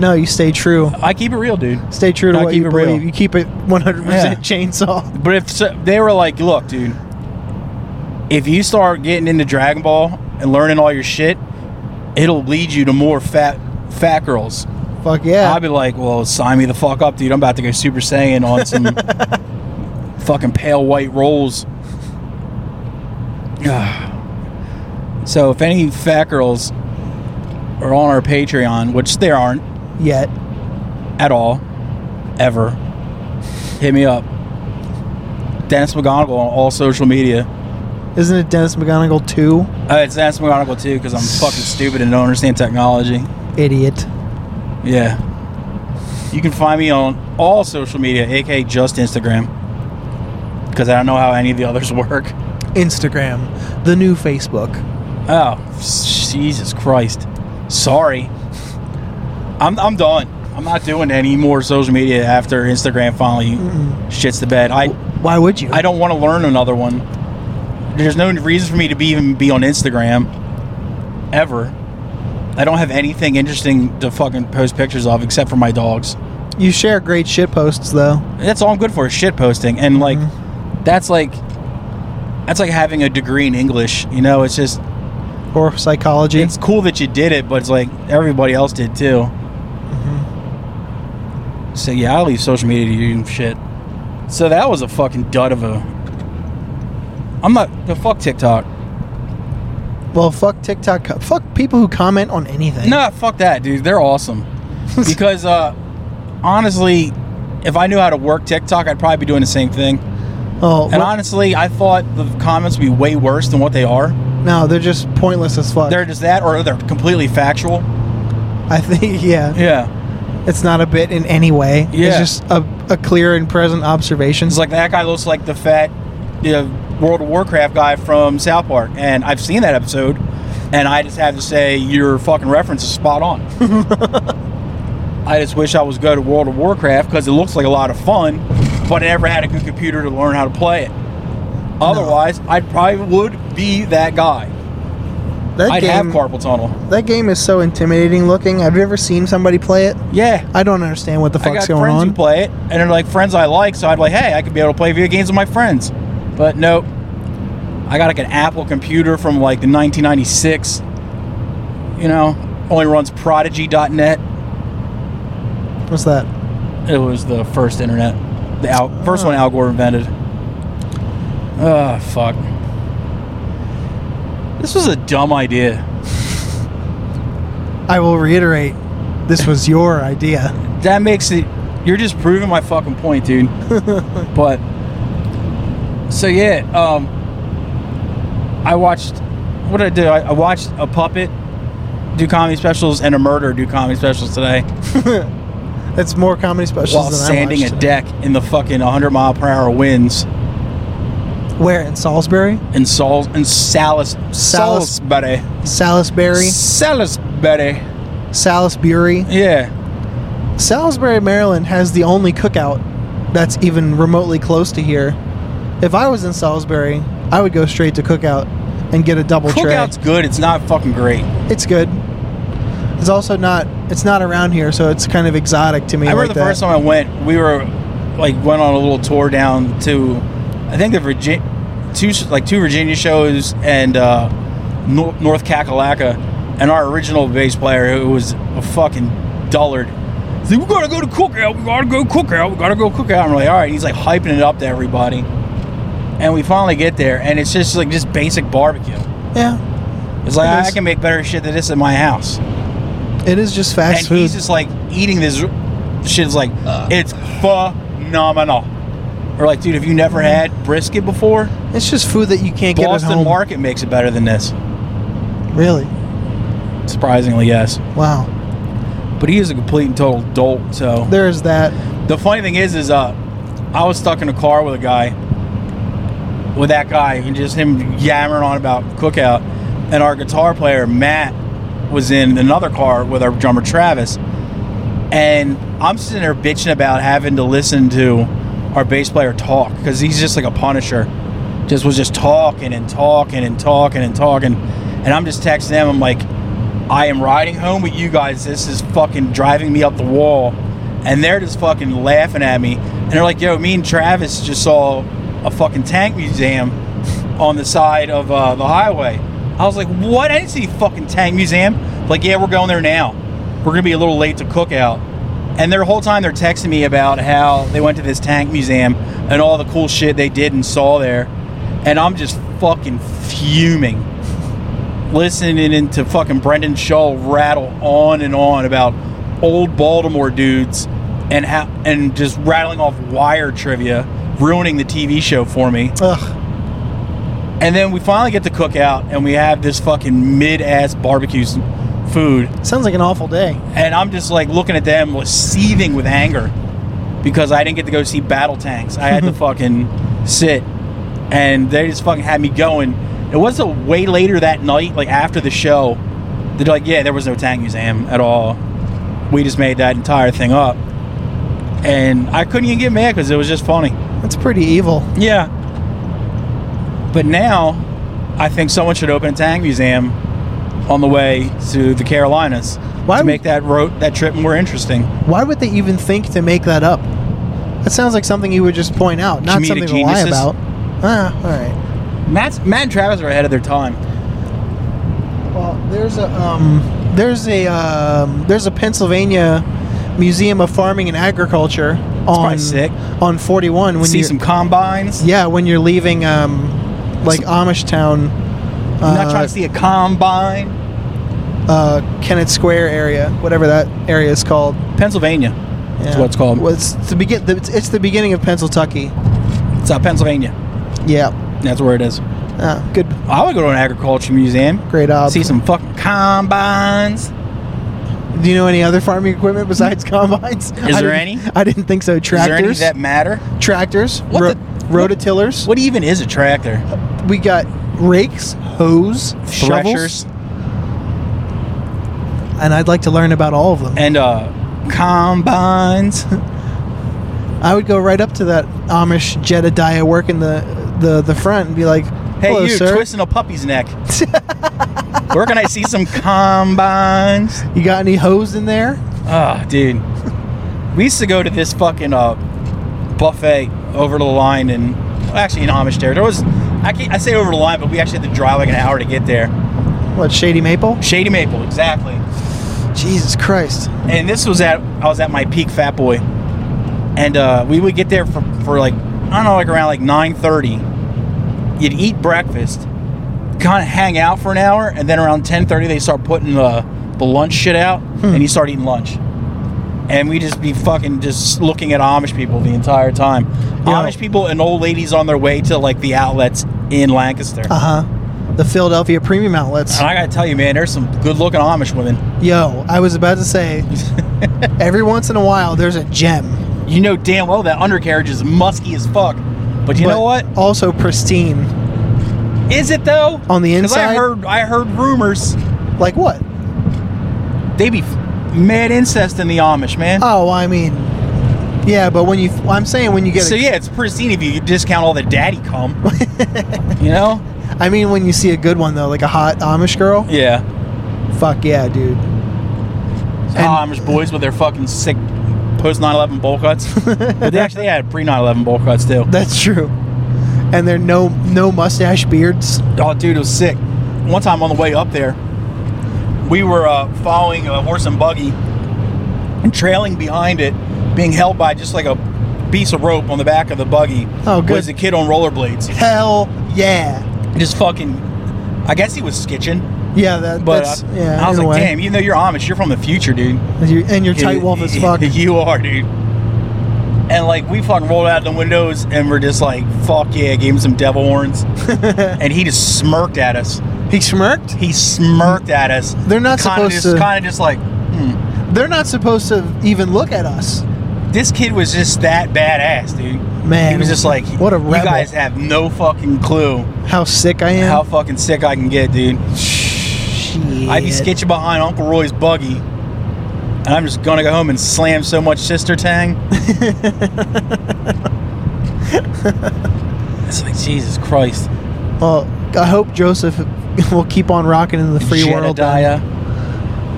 No, you stay true.
I keep it real, dude.
Stay true to
I
what
keep
you
it real.
believe. You keep it 100%
Yeah.
chainsaw.
But if so, they were like, look, dude, if you start getting into Dragon Ball and learning all your shit, it'll lead you to more fat fat girls.
Fuck yeah.
I'd be like, well, sign me the fuck up, dude. I'm about to go Super Saiyan on some fucking pale white rolls. so if any fat girls are on our Patreon, which there aren't,
Yet.
at all, ever, hit me up. Dennis McGonigal on all social media.
Isn't it Dennis McGonigal too?
Uh, it's Dennis McGonigal too, because I'm fucking stupid and don't understand technology.
Idiot.
Yeah. You can find me on all social media, aka just Instagram, because I don't know how any of the others work.
Instagram, the new Facebook.
Oh, Jesus Christ. Sorry. I'm, I'm done. I'm not doing any more social media after Instagram finally shits the bed. I,
Why would you?
I don't want to learn another one. There's no reason for me to be even be on Instagram ever. I don't have anything interesting to fucking post pictures of except for my dogs.
You share great shit posts though.
That's all I'm good for is shit posting. And like that's like that's like having a degree in English, you know, it's just
Or psychology.
it's cool that you did it, but it's like everybody else did too. So yeah, I leave social media to you and shit. So that was a fucking dud of a. I'm not the fuck TikTok.
well, fuck TikTok. co- Fuck people who comment on anything.
Nah, fuck that, dude. They're awesome. because uh, honestly, if I knew how to work TikTok, I'd probably be doing the same thing.
Oh,
And
well,
honestly, I thought the comments would be way worse than what they are.
no, they're just pointless as fuck.
They're just that, or they're completely factual.
I think, yeah,
Yeah.
it's not a bit in any way.
Yeah.
It's just a, a clear and present observation.
It's like that guy looks like the fat uh, World of Warcraft guy from South Park, and I've seen that episode, and I just have to say your fucking reference is spot on. I just wish I was good at World of Warcraft because it looks like a lot of fun, but I never had a good computer to learn how to play it. Otherwise, I probably would be that guy.
that
I'd
game,
have carpal tunnel.
That game is so intimidating looking. I've never seen somebody play it.
Yeah.
I don't understand what the
I got
fuck's going
friends who
on.
play it, and they're like friends I like, so I'd be like, hey, I could be able to play video games with my friends. But nope. I got like an Apple computer from like the 1996. You know, only runs prodigy.net.
What's that?
It was the first internet, the Al- first one Al Gore invented. Oh, fuck. This was a dumb idea.
I will reiterate. This was your idea.
That makes it. You're just proving my fucking point, dude. but so yeah, um, I watched. What did I do? I, I watched a puppet do comedy specials and a murder do comedy specials today
It's more comedy specials
while
than
sanding
I
a
watched.
deck in the fucking 100 mile per hour winds
Where in Salisbury?
in Sal in Salis
Salis-
Salisbury
Salisbury,
Salisbury.
Salisbury,
Yeah,
Salisbury, Maryland has the only cookout that's even remotely close to here. If I was in Salisbury, I would go straight to cookout and get a double
cookout's good. It's not fucking great.
tray. It's good. It's also not. It's not around here, so it's kind of exotic to me.
I remember
like
the
that.
first time I went, we were like went on a little tour down to, I think the Virgin, two like two Virginia shows and uh, Nor- North Kakalaka, and our original bass player who was a fucking dullard. He's like, we gotta go to cookout. We gotta go cookout. We gotta go cookout. I'm like, all right. He's like hyping it up to everybody, and we finally get there, and it's just like just basic barbecue.
Yeah,
It's like
It
I
is.
can make better shit than this in my house
it is just fast
and
food.
he's just like eating this shit's like it's phenomenal or like dude have you never had brisket before
it's just food that you can't get at
boston
home.
market makes it better than this
Really?
surprisingly yes
Wow.
but he is a complete and total dolt so
There is that.
the funny thing is is uh i was stuck in a car with a guy with that guy and just him yammering on about cookout and our guitar player matt was in another car with our drummer travis and i'm sitting there bitching about having to listen to our bass player talk because he's just like a punisher just was just talking and talking and talking and talking and i'm just texting him i'm like i am riding home with you guys this is fucking driving me up the wall and they're just fucking laughing at me and they're like yo me and travis just saw a fucking tank museum on the side of uh, the highway i was like what i didn't see any fucking tank museum like yeah we're going there now we're gonna be a little late to cookout and their whole time they're texting me about how they went to this tank museum and all the cool shit they did and saw there and i'm just fucking fuming listening into fucking Brendan Shaw rattle on and on about old Baltimore dudes and how and just rattling off wire trivia, ruining the TV show for me.
Ugh.
And then we finally get to cook out and we have this fucking mid ass barbecue s- food.
Sounds like an awful day.
And I'm just like looking at them, was seething with anger because I didn't get to go see Battle Tanks. I had to fucking sit, and they just fucking had me going. It was a way later that night, like after the show. They're like, yeah, there was no tank museum at all. We just made that entire thing up, and I couldn't even get mad because it was just funny.
That's pretty evil.
Yeah. But now, I think someone should open a tank museum on the way to the Carolinas
Why
to
would-
make that road that trip more interesting.
Why would they even think to make that up? That sounds like something you would just point out, not
Comedic
something to
geniuses.
lie about. Ah, all right.
Matt's, Matt and Travis are ahead of their time.
Well, there's a um, there's a um, there's a Pennsylvania Museum of Farming and Agriculture on
sick.
on 41 when
See
you
some combines.
yeah when you're leaving um, like Amish town.
I'm not trying to see a combine.
uh, Kennett Square area, whatever that area is called.
Pennsylvania. That's
Yeah.
what it's called.
Well, it's the begin. the- It's, it's the beginning of Pennsylvania.
It's uh, Pennsylvania.
Yeah.
That's where it is.
Ah, good.
I would go to an agriculture museum.
Great ob.
See some fucking combines.
Do you know any other farming equipment besides combines? Is
there any?
I didn't think so.
Is there any
Tractors.
that matter?
tractors.
What
ro-
the-
rototillers.
What even is a tractor?
We got rakes, hoes, shovels,
Threshers
and I'd like to learn about all of them.
and uh, combines.
I would go right up to that Amish Jedediah working the the the front and be like,
Hey,
"Hello,
you
sir.
twisting a puppy's neck. Where can I see some combines?
You got any hoes in there?"
Ah, dude. We used to go to this fucking uh, buffet over the line and actually in Amish territory. There was I can't, I say over the line, but we actually had to drive like an hour to get there.
What shady maple?
Shady Maple, exactly.
Jesus Christ!
And this was at I was at my peak fat boy. And uh, we would get there for, for like I don't know, like around like nine thirty. You'd eat breakfast, kind of hang out for an hour, and then around ten thirty they start putting the the lunch shit out, and you start eating lunch. And we just be fucking just looking at Amish people the entire time. Amish people and old ladies on their way to like the outlets in Lancaster.
Uh huh. The Philadelphia premium outlets.
And I gotta tell you, man, there's some good looking Amish women.
Yo, I was about to say, every once in a while there's a gem.
You know damn well that undercarriage is musky as fuck. But you know
but
what?
Also pristine.
Is it though?
On the
'Cause I
inside?
heard I heard rumors
Like what?
they be mad incest in the Amish, man.
Oh, I mean, yeah, but when you, I'm saying when you get,
so
a,
yeah, it's pristine if you discount all the daddy cum. you know?
I mean when you see a good one though, like a hot Amish girl.
Yeah.
Fuck yeah, dude.
Amish boys with their fucking sick post 9/11 bowl cuts. but they actually had pre 9/11 bowl cuts too.
That's true. And they're no no mustache beards.
Oh, dude, it was sick. One time on the way up there, we were uh, following a horse and buggy and trailing behind it, being held by just like a piece of rope on the back of the buggy.
Oh, good.
Was a kid on rollerblades.
Hell yeah,
Just fucking, I guess he was skitching.
yeah. That,
But
that's
uh,
yeah.
I was
in a
like,
way.
damn, even though you're Amish, you're from the future, dude.
And you're, and you're tight wolf as fuck.
you are, dude. And like we fucking rolled out the windows and we're just like, fuck yeah, gave him some devil horns. and he just smirked at us.
He smirked.
He smirked at us.
They're not supposed
just,
to-
Kind of just like hmm.
They're not supposed to even look at us.
this kid was just that badass, dude.
Man,
he was just like,
what a
you
rebel."
guys have no fucking clue
How sick I am.
how fucking sick I can get, dude.
Shit.
I'd be sketching behind Uncle Roy's buggy, and I'm just gonna go home and slam so much sister tang. it's like Jesus Christ,
Well, I hope Joseph will keep on rocking in the free world.
Jedediah,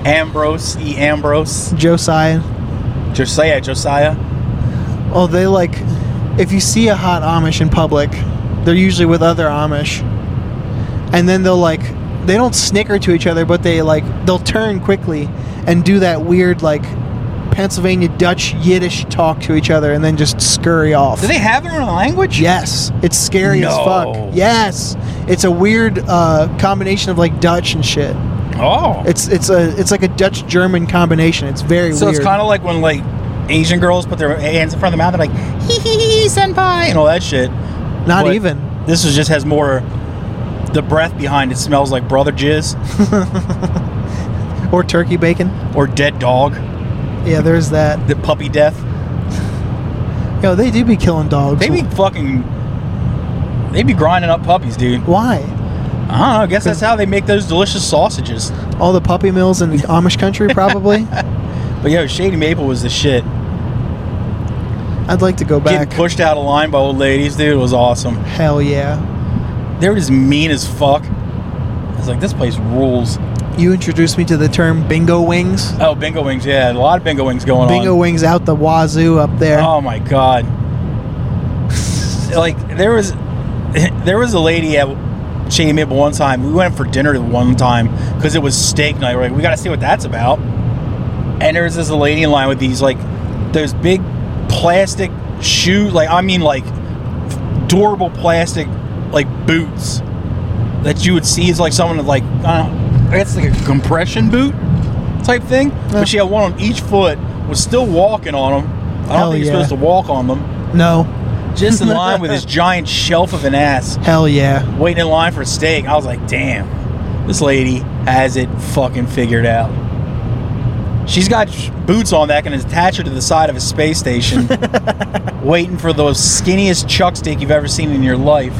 Ambrose, E. Ambrose,
Josiah.
Josiah, Josiah.
Oh, they like. If you see a hot Amish in public, they're usually with other Amish, and then they'll like. They don't snicker to each other, but they like they'll turn quickly and do that weird like Pennsylvania Dutch Yiddish talk to each other, and then just scurry off.
Do they have their own language?
Yes, it's scary as
No.
fuck. Yes, it's a weird uh, combination of like Dutch and shit.
Oh.
It's it's a it's like a Dutch German combination. It's very
So
weird.
it's kind of like when like Asian girls put their hands in front of their mouth, they're like hee hee hee senpai and all that shit.
not
But
even.
This is just has more. The breath behind it smells like brother jizz.
or turkey bacon.
or dead dog,
Yeah, there's that.
the puppy death.
Yo, they do be killing dogs.
They be fucking. They be grinding up puppies, dude.
Why?
I don't know. I guess that's how they make those delicious sausages.
All the puppy mills in Amish country, probably.
But yo, Shady Maple was the shit.
I'd like to go back.
Getting pushed out of line by old ladies, dude, was awesome.
Hell yeah.
They were just mean as fuck. I was like, this place rules.
You introduced me to the term bingo wings.
Oh, bingo wings. Yeah, a lot of bingo wings going
Bingo
on.
wings out the wazoo up there.
Oh my god. like there was, there was a lady at Shady Maple one time. We went for dinner one time because it was steak night. We're like, we got to see what that's about. And there was this lady in line with these like those big plastic shoe, like I mean like durable plastic like boots that you would see as like someone with, like I don't know, it's like a compression boot type thing.
Yeah.
But she had one on each foot, was still walking on them. I don't
Hell
think
yeah.
you're supposed to walk on them.
No.
Just in line with this giant shelf of an ass
Hell yeah.
waiting in line for steak. I was like, damn, this lady has it fucking figured out. She's got sh- boots on that can attach her to the side of a space station, waiting for the skinniest chuck steak you've ever seen in your life.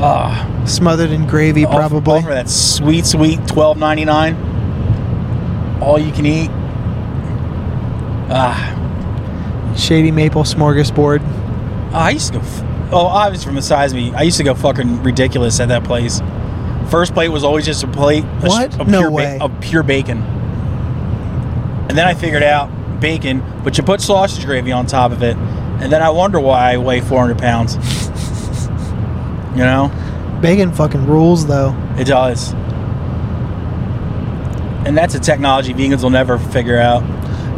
Ah,
Smothered in gravy,
off-
probably.
off for that sweet, sweet twelve ninety nine. All you can eat. Ah,
Shady maple smorgasbord.
I used to go. F- oh, I was from the size of me. I used to go fucking ridiculous at that place. First plate was always just a plate. a sh-
What?
A
No
pure
way.
of pure bacon. And then I figured out bacon, but you put sausage gravy on top of it, and then I wonder why I weigh 400 pounds. you know,
Bacon fucking rules though.
it does. And that's a technology vegans will never figure out.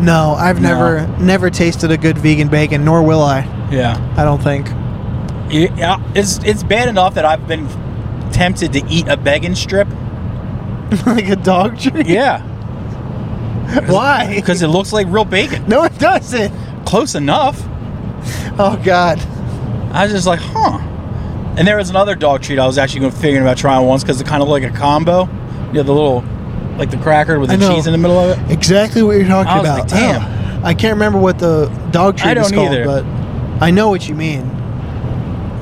No, I've
No.
never never tasted a good vegan bacon, nor will I.
Yeah.
I don't think.
Yeah, it's it's bad enough that I've been tempted to eat a bacon strip.
like a dog treat.
Yeah.
Why?
Because it looks like real bacon.
No, it doesn't.
Close enough.
Oh God.
I was just like, huh. And there was another dog treat I was actually going to figuring about trying once because it's kind of like a combo. You know, the little, like the cracker with
I
the
know.
cheese in the middle of it.
Exactly what you're talking
I was
about.
like, damn.
Oh, I can't remember what the dog treat
I
is
don't
called,
either.
but I know what you mean.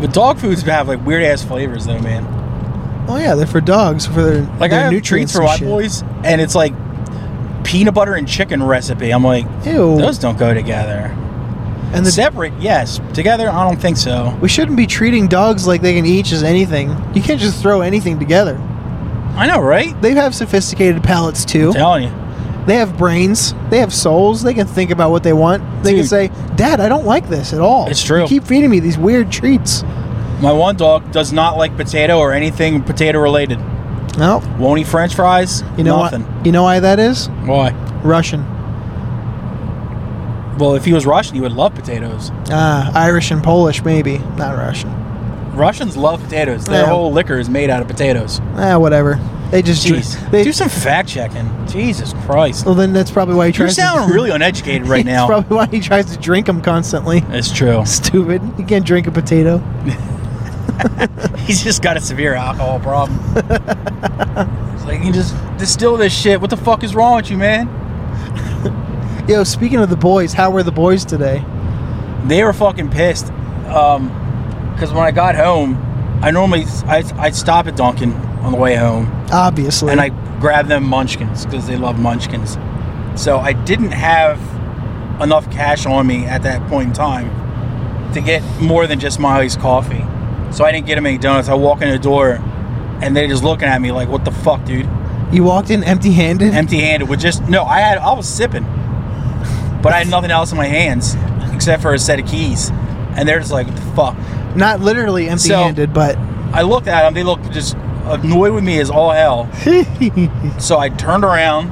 But dog foods have like weird ass flavors though, man.
Oh yeah, they're for dogs for their
Like
their
I have
nutrients
treats for
and
my
shit.
boys, and it's like peanut butter and chicken recipe. I'm like,
Ew.
those don't go together.
and the,
Separate, yes. Together, I don't think so.
we shouldn't be treating dogs like they can eat just anything. You can't just throw anything together.
I know, right?
They have sophisticated palates too.
I'm telling you.
They have brains. They have souls. They can think about what they want. They
Dude.
can say, "Dad, I don't like this at all."
It's true.
You keep feeding me these weird treats.
My one dog does not like potato or anything potato related.
No,
Won't eat French fries.
you know
nothing.
what? You know why that is?
Why?
Russian,
Well, if he was Russian, he would love potatoes.
ah, Irish, and Polish, maybe not Russian.
Russians love potatoes. Their
Yeah.
whole liquor is made out of potatoes.
Ah, whatever. They just drink-
Jeez,
They,
do some fact checking. Jesus Christ,
well, then that's probably why he
you
tries.
sound
to,
really uneducated right
That's
now.
probably why he tries to drink them constantly.
it's true.
Stupid. You can't drink a potato.
He's just got a severe alcohol problem. it's like you can just distill this shit. What the fuck is wrong with you, man?
Yo, speaking of the boys, how were the boys today?
They were fucking pissed. Um, because when I got home, I normally I I stop at Dunkin' on the way home.
Obviously.
and I grabbed them munchkins because they love munchkins. So I didn't have enough cash on me at that point in time to get more than just Miley's coffee. So I didn't get them any donuts. I walk in the door and they're just looking at me like, what the fuck, dude?
you walked in empty-handed.
Empty handed with just no, I had I was sipping. But I had nothing else in my hands except for a set of keys. And they're just like, what the fuck?
Not literally empty-handed,
I looked at them, they looked just annoyed with me as all hell.
but
So I turned around,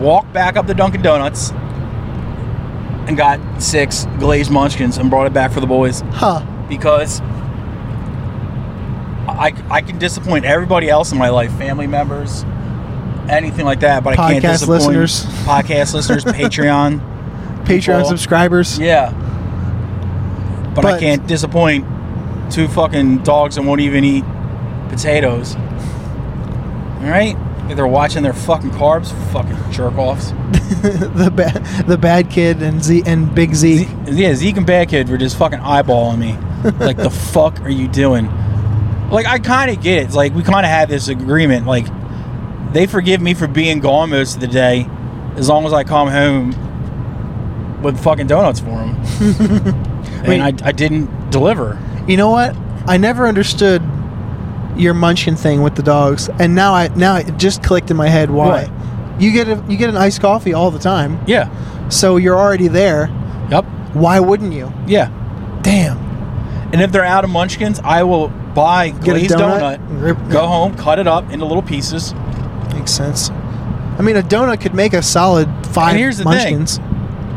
walked back up to Dunkin' Donuts, and got six glazed munchkins and brought it back for the boys
huh?
because I, I can disappoint everybody else in my life, family members, anything like that, but I can't
Podcast
disappoint
listeners.
podcast listeners, Patreon.
Patreon
people.
subscribers.
Yeah. But, I
But-
can't disappoint two fucking dogs that won't even eat potatoes. All right? They're watching their fucking carbs, fucking jerk offs.
the bad the bad kid and Z and Big Zeke.
Yeah, Zeke and Bad Kid were just fucking eyeballing me. like, the fuck are you doing? Like, I kind of get it. It's Like, we kind of have this agreement. Like, they forgive me for being gone most of the day as long as I come home with fucking donuts for them.
Wait.
and I, I didn't deliver.
You know what? I never understood your munchkin thing with the dogs, and now I now it just clicked in my head why. You get a, you get an iced coffee all the time,
Yeah.
so you're already there.
Yep.
Why wouldn't you?
Yeah.
Damn.
And if they're out of munchkins, I will buy
Get a
glazed
donut.
donut,
Rip-
go home, cut it up into little pieces.
Makes sense. I mean, a donut could make a solid five
And here's the thing.
munchkins.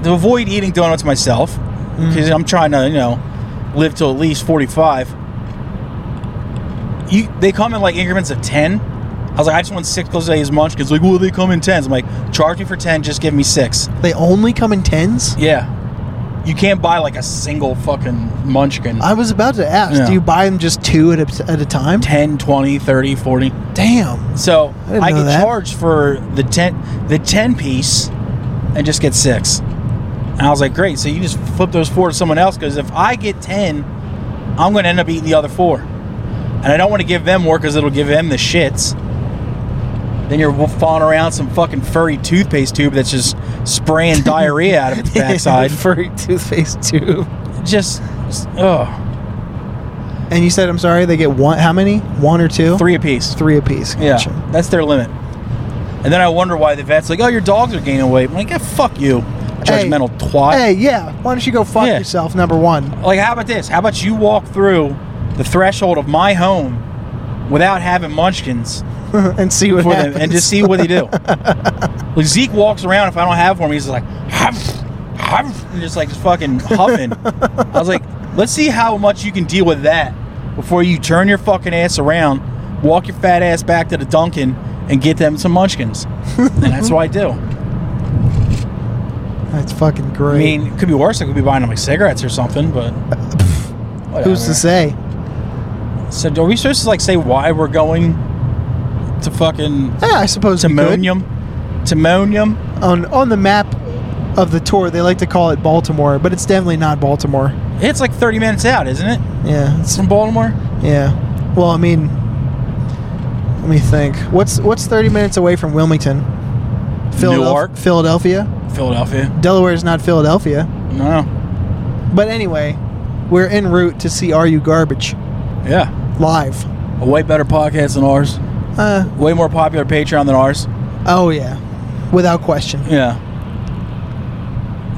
to avoid eating donuts myself
Mm.
because I'm trying to, you know, live till at least 45. You, they come in like increments of 10. I was like, I just want six close days munchkins. Like, well, they come in tens. I'm like, charge me for 10, just give me six.
They only come in tens.
Yeah. You can't buy like a single fucking munchkin.
I was about to ask,
Yeah.
do you buy them just two at a, at a time?
10, 20, 30, 40.
Damn.
So
I didn't
I,
know
can
that.
charge for the ten the ten piece and just get six. And I was like, great. So you just flip those four to someone else because if I get ten, I'm going to end up eating the other four, and I don't want to give them more because it'll give them the shits. Then you're falling around some fucking furry toothpaste tube that's just spraying diarrhea out of its backside.
Furry toothpaste too.
Just, just ugh,
And you said, I'm sorry, they get one. How many? One or two?
three apiece.
Three apiece.
Yeah,
Gotcha.
that's their limit. And then I wonder why the vet's like, "Oh, your dogs are gaining weight." I'm like, yeah, "Fuck you, judgmental twat."
Hey, yeah. Why don't you go fuck
Yeah.
yourself? Number one.
Like, how about this? How about you walk through the threshold of my home without having munchkins
and see what
for them,
happens.
and just see what they do? like Zeke walks around. If I don't have for him, he's like, huff, huff, and just like just fucking huffing. I was like, let's see how much you can deal with that before you turn your fucking ass around, walk your fat ass back to the Dunkin', and get them some munchkins. and that's what I do.
That's fucking
I
great.
mean, it could be worse. I could be buying them like cigarettes or something, but.
Who's to
whatever.
say?
So are we supposed to like say why we're going to fucking
Yeah, I suppose. we could.
Timonium? Timonium?
On on the map of the tour, they like to call it Baltimore, but it's definitely not Baltimore.
It's like 30 minutes out, isn't it?
Yeah. It's,
From Baltimore?
yeah. Well, I mean, let me think. What's what's 30 minutes away from Wilmington? Philadelph-
Newark.
Philadelphia.
Philadelphia.
Delaware is not Philadelphia.
No.
But anyway, we're en route to see Are You Garbage
Yeah.
live.
A way better podcast than ours.
Uh,
Way more popular Patreon than ours.
oh yeah, without question.
Yeah.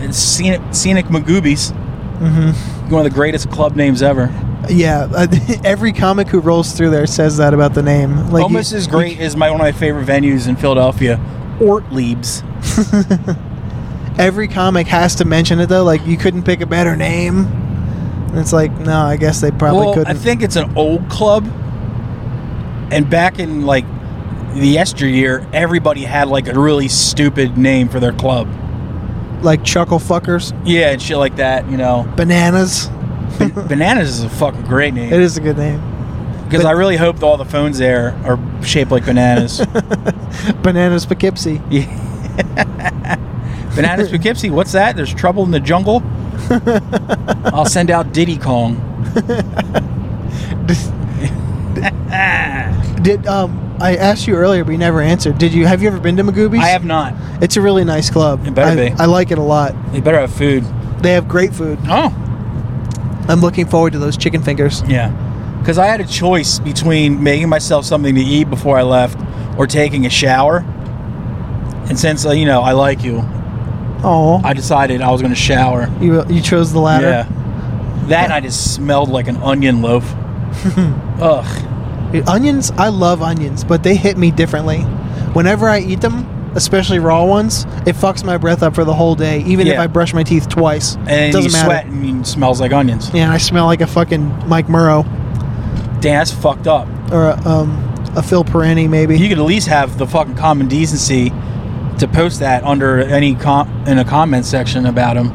It's Scenic, Scenic Magoobies. Mm-hmm. One of the greatest club names ever.
Yeah, uh, every comic who rolls through there says that about the name. Like
Almost
you-
as great as my one of my favorite venues in Philadelphia, Ortlieb's.
Every comic has to mention it though. Like you couldn't pick a better name. And it's like no, I guess they probably
well,
couldn't.
I think it's an old club, and back in like the yesteryear, everybody had like a really stupid name for their club.
like chuckle fuckers,
Yeah, and shit like that. You know,
bananas.
Ban- bananas is a fucking great
It
name
is a good name.
because I really hope all the phones there are shaped like bananas.
Bananas Poughkeepsie.
Yeah. bananas Poughkeepsie. What's that? There's trouble in the jungle. I'll send out Diddy Kong.
Did um I asked you earlier, but you never answered. Did you? Have you ever been to Magoobies?
I have not.
It's a really nice club.
It better
I,
be.
I like it a lot.
They better have food.
They have great food.
Oh.
I'm looking forward to those chicken fingers.
Yeah. Because I had a choice between making myself something to eat before I left or taking a shower. And since, uh, you know, I like you,
Oh,
I decided I was going to shower.
you you chose the latter.
Yeah. That and I just smelled like an onion loaf. Ugh.
Dude, Onions, I love onions, but they hit me differently. Whenever I eat them, especially raw ones, it fucks my breath up for the whole day. Even if
Yeah.
I brush my teeth twice, it
And then you
doesn't matter.
sweat and it smells like onions.
Yeah, and I smell like a fucking Mike Murrow
Damn, that's fucked up.
or a, um, a Phil Perini, maybe.
You could at least have the fucking common decency to post that under any com- in a comment section about him.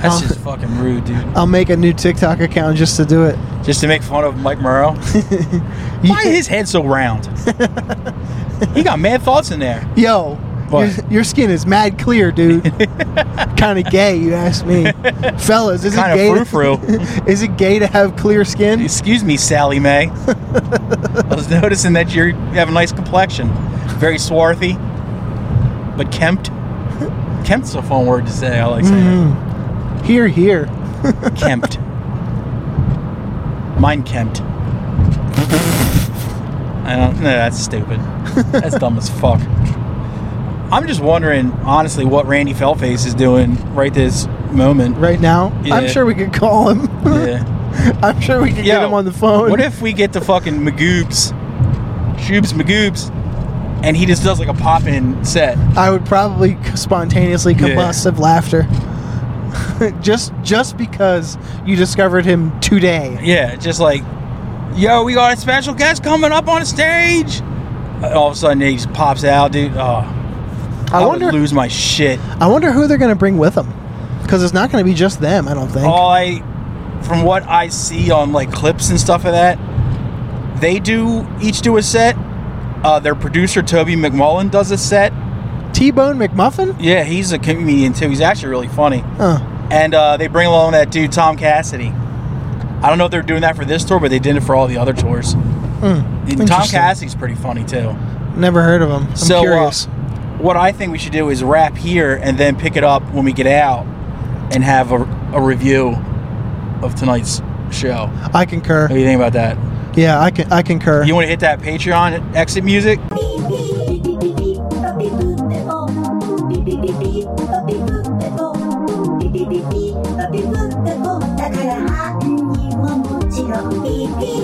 that's just fucking rude, dude.
I'll make a new TikTok account just to do it.
just to make fun of Mike Morrow. Why is his head so round? he got mad thoughts in there.
Yo, your,
What?
your skin is mad clear, dude. kind of gay, you ask me. Fellas, is
Kinda
it gay? to-
frou-frou.
is it gay to have clear skin?
Excuse me, Sally May. I was noticing that you're, you have a nice complexion. Very swarthy, but kempt. Kempt's a fun word to say. I like saying
Mm. Here, here.
it. kempt. Mine kempt. I don't. No, that's stupid. That's dumb as fuck. I'm just wondering, honestly, what Randy Fellface is doing right this moment.
Right now,
Yeah.
I'm sure we could call him.
Yeah.
I'm sure we could
Yo,
get him on the phone.
What if we get the fucking Magoobs, Shoobs Magoobs, and he just does like a pop in set?
I would probably c- spontaneously
Yeah.
combust of laughter. just just because you discovered him today.
Yeah, just like, yo, we got a special guest coming up on stage. Uh, All of a sudden, he just pops out, dude. Oh, I,
I, wonder
would lose my shit.
I wonder who they're going to bring with them. Cuz it's not going to be just them, I don't think.
All I, from what I see on like clips and stuff of that, they do each do a set. Uh, their producer Toby McMullen does a set.
T-Bone McMuffin?
Yeah, he's a comedian too. He's actually really funny.
Huh.
and uh, they bring along that dude Tom Cassidy. I don't know if they're doing that for this tour, but they did it for all the other tours.
Mm.
And Tom
Interesting.
Cassidy's pretty funny too.
Never heard of him. I'm
So, uh,
curious.
What I think we should do is wrap here and then pick it up when we get out and have a, a review of tonight's show. What
I concur.
do you think about that?
Yeah, I can I concur.
You want to hit that Patreon exit music?
Beep beep